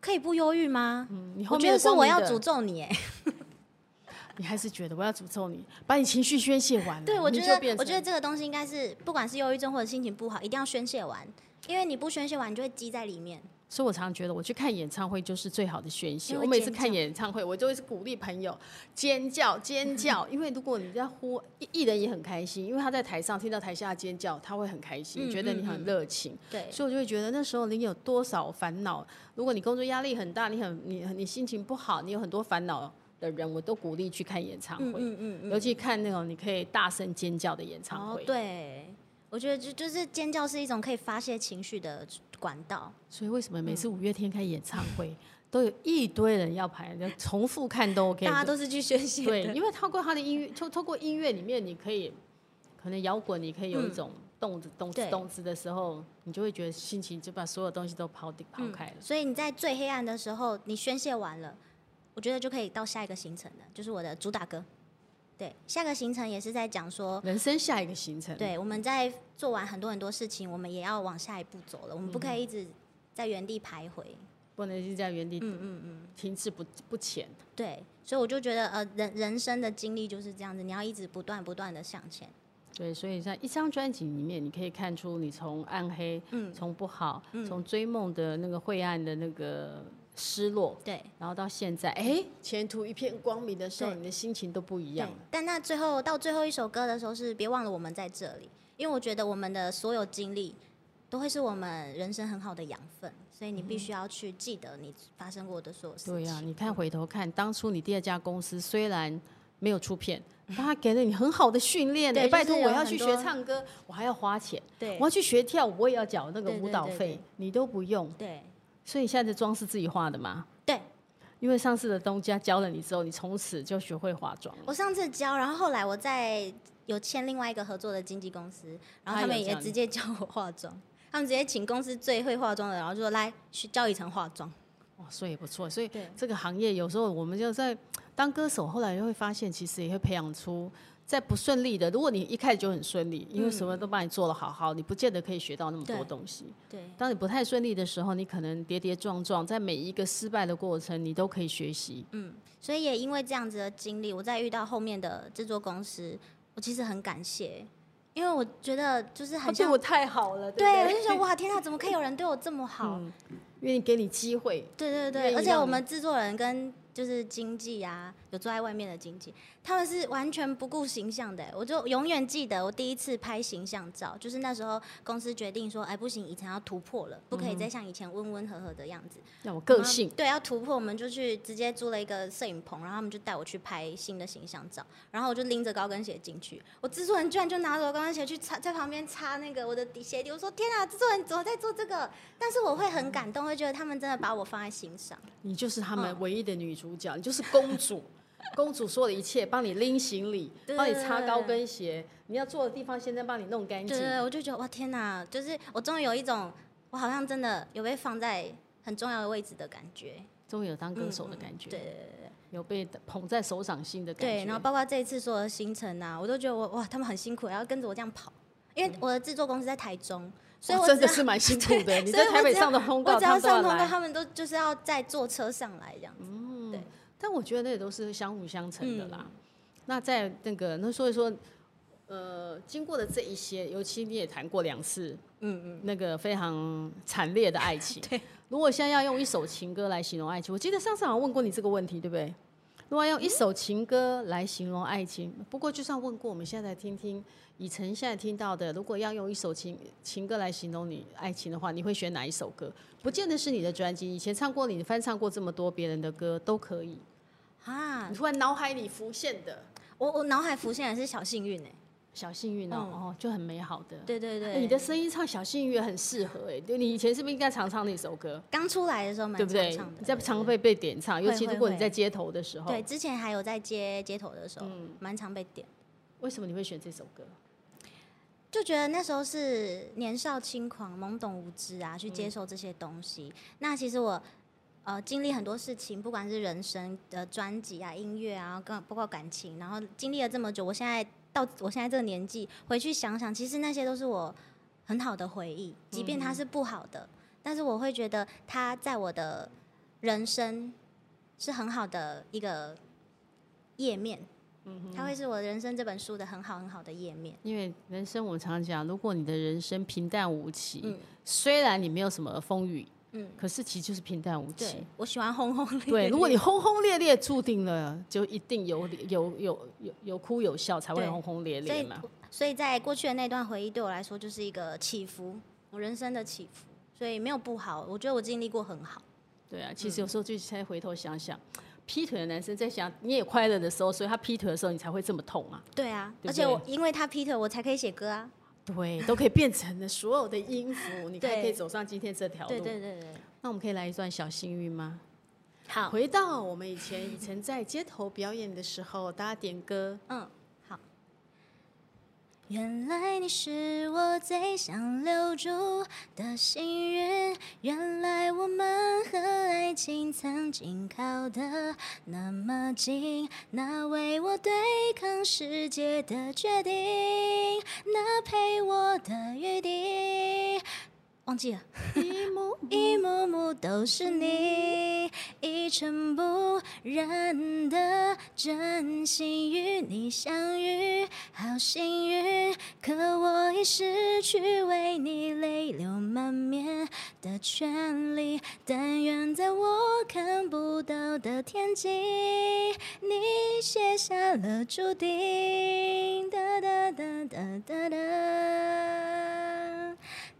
B: 可以不忧郁吗？
A: 嗯，你后
B: 我
A: 面
B: 觉得是
A: 光明
B: 我要
A: 的
B: 诅咒你，哎，
A: 你还是觉得我要诅咒你，把你情绪宣泄完了，
B: 对我
A: 你
B: 觉
A: 就变
B: 得
A: 成
B: 我觉得这个东西应该是，不管是忧郁症或者心情不好，一定要宣泄完，因为你不宣泄完，你就会积在里面。
A: 所以我常觉得，我去看演唱会就是最好的宣泄。
B: 因
A: 我
B: 为
A: 每次
B: 尖叫
A: 看演唱会，我就会是鼓励朋友尖叫尖
B: (laughs)
A: 叫，因为如果你在呼艺艺人也很开心，因为他在台上听到台下尖叫，他会很开心，
B: 嗯
A: 觉得你很
B: 嗯嗯
A: 热情。
B: 对，
A: 所以我就会觉得那时候你有多少烦恼，如果你工作压力很大，你很你你心情不好，你有很多烦恼的人，我都鼓励去看演唱
B: 嗯
A: 会，
B: 嗯嗯嗯，
A: 尤其看那种你可以大声尖叫的演唱
B: 哦
A: 会。，
B: 对，我觉得就就是尖叫是一种可以发泄情绪的管道。
A: 所以为什么每次
B: 嗯
A: 五月天开演唱会，都有一堆人要排，就重复看
B: (laughs)
A: 都 OK
B: 大。家都是去宣泄
A: 对，
B: 的。
A: 因为透过他的音乐，透透过音乐里面，你可以可能摇滚，你可以有一
B: 嗯
A: 种动子动子
B: 对
A: 动子的时候，你就会觉得心情就把所有东西都抛抛
B: 嗯
A: 开了。
B: 所以你在最黑暗的时候，你宣泄完了，我觉得就可以到下一个行程了，就是我的主打歌。对，下个行程也是在讲说，
A: 人生下一个行程，
B: 对，我们在做完很多很多事情，我们也要往下一步走了，我们不可
A: 嗯
B: 以一直在原地徘徊。
A: 不能是在原地
B: 嗯嗯嗯，
A: 停滞不不前。
B: 对，所以我就觉得，呃，人人生的经历就是这样子，你要一直不断不断的向前。
A: 对，所以在一张专辑里面，你可以看出你从暗黑，
B: 嗯，
A: 从不好，从追梦的那个晦暗的那个失落，
B: 对。
A: 然后到现在，哎，前途一片光明的时候，
B: 对
A: 你的心情都不一样
B: 对
A: 了。，
B: 但那最后到最后一首歌的时候是别忘了我们在这里，因为我觉得我们的所有经历都会是我们人生很好的养分，所以你必须要去记得你发生过的所有事
A: 嗯
B: 情。
A: 对呀、啊你看回头看，当初你第二家公司虽然没有出 (laughs) 片，但它给了你很好的训练呢。
B: 对
A: 拜
B: 就
A: 托，
B: 是
A: 我
B: 有
A: 要
B: 很
A: 去学
B: 多
A: 唱歌，我还要花钱；
B: 对
A: 我要去学跳舞，我也要缴那个
B: 对
A: 舞
B: 对
A: 蹈
B: 对
A: 费
B: 对，
A: 你都不用。
B: 对
A: 所以现在的妆是自己化的吗？
B: 对，
A: 因为上次的东家教了你之后，你从此就学会化妆了。
B: 我上次教，然后后来我在有签另外一个合作的经纪公司，然后
A: 他
B: 他
A: 有
B: 们
A: 教
B: 也
A: 你
B: 直接教我化妆，他们直接请公司最会化妆的，然后就说来去教一层化妆。
A: 哇，所以不错。所以
B: 对
A: 这个行业有时候我们就在当歌手，后来就会发现，其实也会培养出在不顺利的。如果你一开始就很顺利，因为什么都帮你做得好好，你不见得可以学到那么多
B: 嗯对
A: 东西。
B: 对
A: 当你不太顺利的时候，你可能跌跌撞撞，在每一个失败的过程，你都可以学习。
B: 所以也因为这样子的经历，我在遇到后面的制作公司，我其实很感谢，因为我觉得就是
A: 他啊哦对
B: 很像，
A: 我太好了，
B: 对
A: 对不
B: 我
A: 对，
B: 就觉得哇天哪，怎么可以有人对我这么好？
A: 嗯愿意给你机会。
B: 对对
A: 愿
B: 对，
A: 意
B: 而且
A: 让
B: 我
A: 你
B: 们制作人跟就是经纪啊，有坐在外面的经纪，他们是完全不顾形象的。我就永远记得我第一次拍形象照，就是那时候公司决定说，哎，不行，以前要突破了，不
A: 嗯
B: 可以再像以前温温和和的样子。
A: 让我个性，
B: 对，要突破，我们就去直接租了一个摄影棚，然后他们就带我去拍新的形象照，然后我就拎着高跟鞋进去，我制作人居然就拿着我高跟鞋去擦，在旁边擦那个我的底鞋底，我说天啊，制作人怎么在做这个？但是我会很感动，会觉得他们真的把我放在心上。
A: 你就是他
B: 嗯
A: 们唯一的女主角，你就是公主。公主说的一切，帮你拎行李，
B: 对
A: 帮你擦高跟鞋，你要坐的地方现在帮你弄干净
B: 对。对，我就觉得哇天哪，就是我终于有一种我好像真的有被放在很重要的位置的感觉。
A: 终于有当歌手的感觉，
B: 嗯对对对
A: 有被捧在手掌心的感觉。哦
B: 对，然后包括这一次所有的行程啊，我都觉得我哇，他们很辛苦，然后跟着我这样跑，因为我的制作公司在台中，所以
A: 哇嗯
B: 我
A: 哦真
B: 只
A: 的
B: 要 (laughs)
A: 是蛮辛苦的。你
B: 所以
A: 在
B: 我
A: 台北
B: 只要
A: 上的通告，
B: 我只要
A: 他们都要
B: 上通告，
A: 来嗯
B: 他们都就是要再坐车上来这样子。
A: 但我觉得那也都是相辅相成的啦。那在那个那所以说，呃，经过的这一些，尤其你也谈过两次，嗯嗯，那个非常惨烈的爱情。 (laughs) 对，如果现在要用一首情歌来形容爱情，我记得上次好像问过你这个问题，对不对？如果要用一首情歌来形容爱情，不过就算问过，我们现在来听听以晨现在听到的，如果要用一首情情歌来形容你爱情的话，你会选哪一首歌？不见得是你的专辑，以前唱过你翻唱过这么多别人的歌都可以。
B: 啊
A: 你，突然脑海里浮现的
B: 我我脑海浮现的是小幸运哎、
A: 小幸运哦，
B: 嗯
A: 哦，就很美好的。
B: 对对对，
A: 哎你的声音唱小幸运也很适合哎，对你以前是不是应该常唱那首歌，
B: 刚出来的时候蛮
A: 对不对
B: 常唱？的，
A: 你在常被被点唱，
B: 会
A: 尤其如果
B: 会
A: 你在街头的时候。嗯
B: 对，之前还有在接街头的时候，蛮常被点。
A: 为什么你会选这首歌？
B: 就觉得那时候是年少轻狂、懵懂无知啊，去接受这些东西。那其实我呃经历很多事情，不管是人生的专辑啊、音乐啊，更包括感情，然后经历了这么久，我现在到我现在这个年纪，回去想想，其实那些都是我很好的回忆，即便它是不好的，但是我会觉得它在我的人生是很好的一个页面。它会是我人生这本书的很好很好的页面。
A: 因为人生，我常讲，如果你的人生平淡无奇，
B: 嗯
A: 虽然你没有什么风雨，
B: 嗯，
A: 可是其实就是平淡无奇
B: 对。，我喜欢轰轰烈
A: (laughs)
B: 烈。(laughs)
A: 对，如果你轰轰烈烈，注定了就一定有有有有有哭有笑，才会
B: 对
A: 轰轰烈
B: 所
A: 烈
B: 以
A: 嘛。
B: 所以在过去的那段回忆对我来说就是一个起伏，我人生的起伏，所以没有不好，我觉得我经历过很好。
A: 对啊，其实有时候就再回头想想，劈腿的男生在想你也快乐的时候，所以他劈腿的时候你才会这么痛啊。
B: 对啊，
A: 对不
B: 而且我因为他劈腿，我才可以写歌啊。
A: 对，都可以变成了所有的音符，你才
B: 对
A: 可以走上今天这条路。
B: 对对对对，
A: 那我们可以来一段小幸运吗？
B: 好，
A: 回到我们以前，以前在街头表演的时候，大家点 (laughs) 歌，
B: 嗯，好。原来你是我最想留住的幸运，原来我们和爱情曾经靠得那么近，那为我对抗世界的决定，那陪我的约定，忘记了。
A: 一幕
B: 一幕幕都是你，一尘不染的真心与你相遇，好幸运。可我已失去为你泪流满面的权利，但愿在我看不到的天际，你写下了注定。哒哒哒哒哒哒。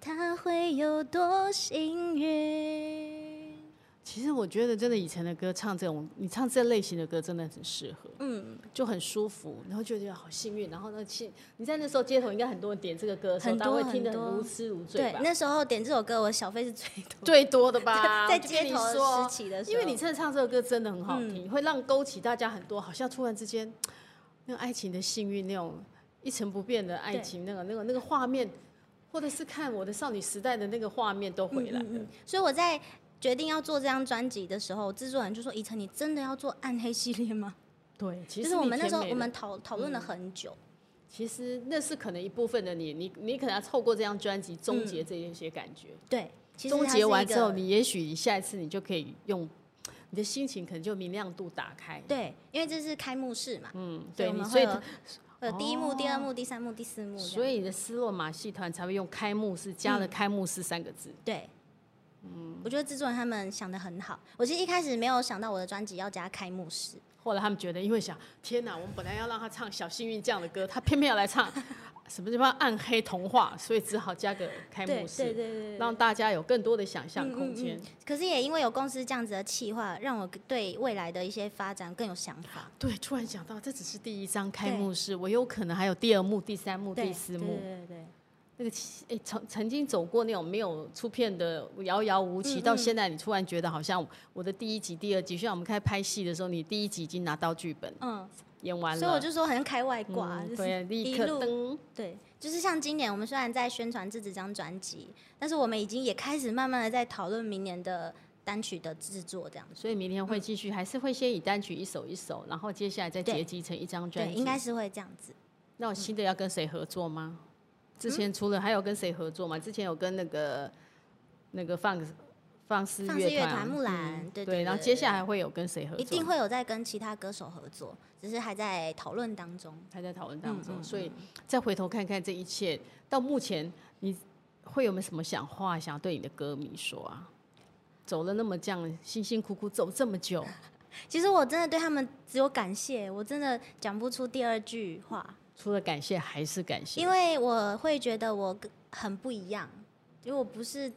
B: 他会有多幸运？
A: 其实我觉得，真的以前的歌唱这种，你唱这类型的歌真的很适合，
B: 嗯，
A: 就很舒服，然后就觉得好幸运。然后呢，其你在那时候街头应该很多人点这个歌的时候，
B: 很
A: 大
B: 多
A: 家会听得
B: 很多
A: 如痴如醉
B: 对
A: 吧，？
B: 那时候点这首歌，我小费是最多的，
A: 最多的吧，
B: (laughs) 在
A: 我就跟
B: 街
A: 你
B: 头
A: 说
B: 时期的时候，嗯
A: 因为你真的唱这首歌真的很好听，会让勾起大家很多好像突然之间那种爱情的幸运，那种一成不变的爱情，那个那个那个画面，或者是看我的少女时代的那个画面都回
B: 嗯
A: 来了。
B: 所以我在决定要做这张专辑的时候，制作人就说：“怡晨，你真的要做暗黑系列吗
A: 对，？”其
B: 就
A: 实
B: 是我
A: (laughs)
B: 们
A: 你
B: 那时候
A: 甜美的嗯
B: 我们讨讨论了很久，
A: 其实那是可能一部分的你，你你可能要透过这张专辑终结这一些感觉，
B: 对，嗯其实
A: 终
B: 它
A: 结
B: 是
A: 完
B: 一个
A: 之后，你也许你下一次你就可以用你的心情，可能就明亮度打开。
B: 对，因为这是开幕式嘛，
A: 嗯，
B: 所
A: 对，
B: 以我
A: 你
B: 们
A: 所
B: 会
A: 以
B: 有会有第一幕、第二
A: 哦
B: 幕、第三幕、第四幕这样，
A: 所以你的斯洛马戏团才会用开幕式加了“开幕式”三个字。
B: 对，嗯，我觉得制作人他们想的很好。我其实一开始没有想到我的专辑要加开幕式，
A: 后来他们觉得，因为想，天哪，我们本来要让他唱《小幸运》这样的歌，他偏偏要来唱什么地方暗黑童话，所以只好加个开幕
B: 对
A: 式，
B: 对对
A: 让大家有更多的想象空间。
B: 嗯嗯嗯可是也因为有公司这样子的企划，让我对未来的一些发展更有想法。
A: 对，突然想到，这只是第一张开幕式，我有可能还有第二幕、第三幕、
B: 对
A: 第四幕
B: 对。对对对
A: 那个期诶，曾曾经走过那种没有出片的遥遥无
B: 嗯
A: 期，到现在你突然觉得好像我的第一集、第二集，就像我们开始拍戏的时候，你第一集已经拿到剧本，
B: 嗯，
A: 演完了，
B: 所以我就说很像开外挂，
A: 嗯
B: 就是
A: 对，立
B: 一
A: 刻
B: 路
A: 登。
B: 对，就是像今年我们虽然在宣传这几张专辑，但是我们已经也开始慢慢的在讨论明年的单曲的制作，这样
A: 所以明天会继续，还是会先以单曲一首一首，然后接下来再结集成一张专
B: 嗯对，
A: 辑。
B: 应该是嗯会这样子。
A: 那我新的要跟谁合作吗？之
B: 嗯
A: 前除了还有跟谁合作吗？之前有跟那个那个放放肆
B: 放肆乐
A: 团
B: 团木兰
A: 嗯
B: 对对
A: 对，
B: 对
A: 然后接下来会有跟谁合作？
B: 一定会有在跟其他歌手合作，只是还在讨论当中。
A: 还在讨论当中，
B: 嗯嗯嗯
A: 所以再回头看看这一切，到目前你会有没有什么想话想要对你的歌迷说啊？走了那么这样辛辛苦苦走这么久，
B: 其实我真的对他们只有感谢，我真的讲不出第二句话，
A: 除了感谢还是感谢，
B: 因为我会觉得我跟很不一样，因为我不是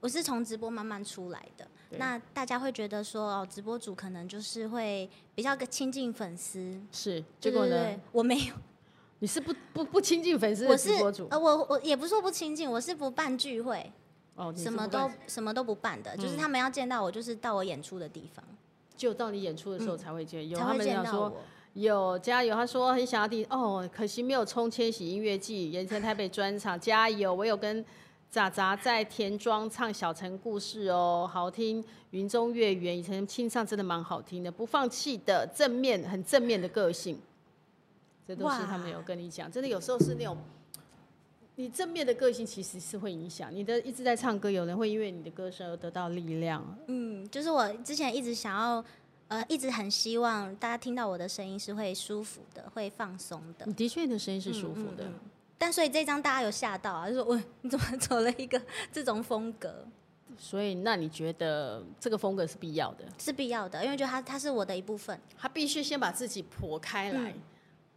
B: 我是从直播慢慢出来的。
A: 对
B: 那大家会觉得说，哦，直播主可能就是会比较亲近粉丝。
A: 是结
B: 对
A: 果
B: 对
A: 呢？
B: 对，我没有，
A: 你是不不不亲近粉丝的
B: 我是
A: 直播主
B: 呃，我我也不是说不亲近，我是不办聚会，
A: 哦，你
B: 什
A: 是
B: 么
A: 不办嗯
B: 都什么都不办的，就是他们要见到我，就是到我演出的地方
A: 只有到你演出的时候才会见，有
B: 嗯才
A: 他
B: 会
A: 们
B: 见
A: 讲
B: 到
A: 说
B: 我。
A: 有加油，他说很想要第哦，可惜没有冲千禧音乐季盐城台北专场，加油！我有跟จ๋จ๋在田庄唱《小城故事》哦，好听，云中月圆，以前清唱真的蛮好听的，不放弃的，正面很正面的个性，这都是他们有跟你讲，真的有时候是那种。你正面的个性其实是会影响你的，一直在唱歌，有人会因为你的歌声而得到力量，
B: 嗯，就是我之前一直想要，呃，一直很希望大家听到我的声音是会舒服的，会放松的。
A: 你的确你的声音是舒服的。
B: 但所以这张大家有吓到啊，就说喂，你怎么走了一个这种风格？
A: 所以，那你觉得这个风格是必要的？
B: 是必要的，因为觉得它它是我的一部分。
A: 他必须先把自己剖开来，
B: 嗯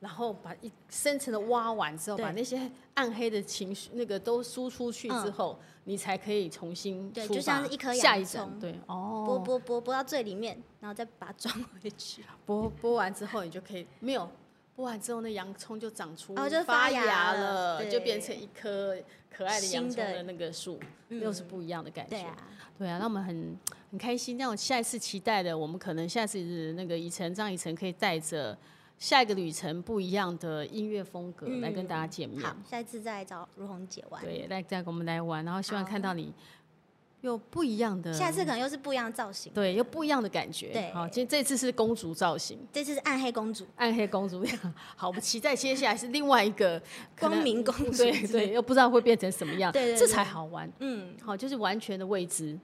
A: 然后把一深层的挖完之后，
B: 对
A: 把那些暗黑的情绪那个都输出去之后，你才可以重新
B: 嗯对
A: 出
B: 就像
A: 发
B: 是一颗
A: 下
B: 洋
A: 一层
B: 葱
A: 对
B: 播
A: 哦，
B: 播播播到最里面，然后再把它装回去。
A: 播播完之后，你就可以没有播完之后，那洋葱就长出、
B: 哦就
A: 发
B: 发芽
A: 了，
B: 了对
A: 就变成一颗可爱的洋葱
B: 新的嗯
A: 的那个树，又是不一样的感觉。
B: 对啊，
A: 对啊，那我们很很开心。那我下一次期待的，我们可能下次那个以晨张以晨可以带着下一个旅程不一样的音乐风格、来跟大家见面。
B: 嗯好，下一次再找如红姐玩。
A: 对，来再跟我们来玩，然后希望
B: 好
A: 看到你有不一样的，
B: 下次可能又是不一样的造型。
A: 对有不一样的感觉。
B: 对
A: 好，今天这次是公主造型，
B: 这次是暗黑公主，
A: 暗黑公主。 (laughs) 好，我们期待接下来是另外一个可能
B: 光 (laughs) 明公主
A: 对对，又不知道会变成什么样，
B: 对对
A: 这
B: 对
A: 才好玩。
B: (laughs) 嗯，
A: 好，就是完全的未知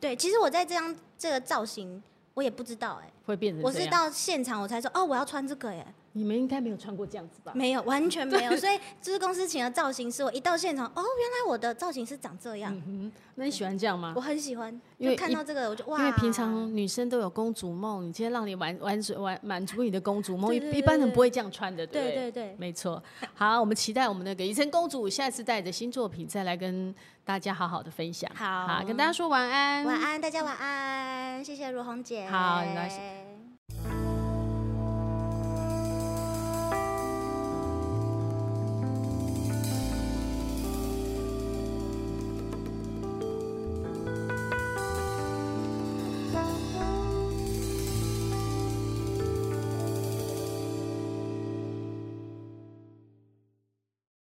B: 对。其实我在这张这个造型，我也不知道哎、
A: 会变成
B: 我
A: 这
B: 是
A: 样
B: 到现场我才说哦，我要穿这个耶、
A: 你们应该没有穿过这样子吧？
B: 没有，完全
A: (laughs)
B: 没有。所以就是公司请的造型师，我一到现场，哦，原来我的造型师长这样，
A: 那你喜欢这样吗
B: 我？很喜欢。
A: 因为
B: 就看到这个，我就哇，
A: 因为平常女生都有公主梦，你今天让你完完完满足你的公主梦，一
B: 对对对
A: 一般人不会这样穿的，对不
B: 对
A: 对？
B: 对对，
A: 没错。好，我们期待我们那个怡晨公主下次带着新作品再来跟大家好好的分享。
B: 好
A: 跟大家说晚安。
B: 晚安，大家晚安，谢谢如红姐。
A: 好没关系
B: 谢。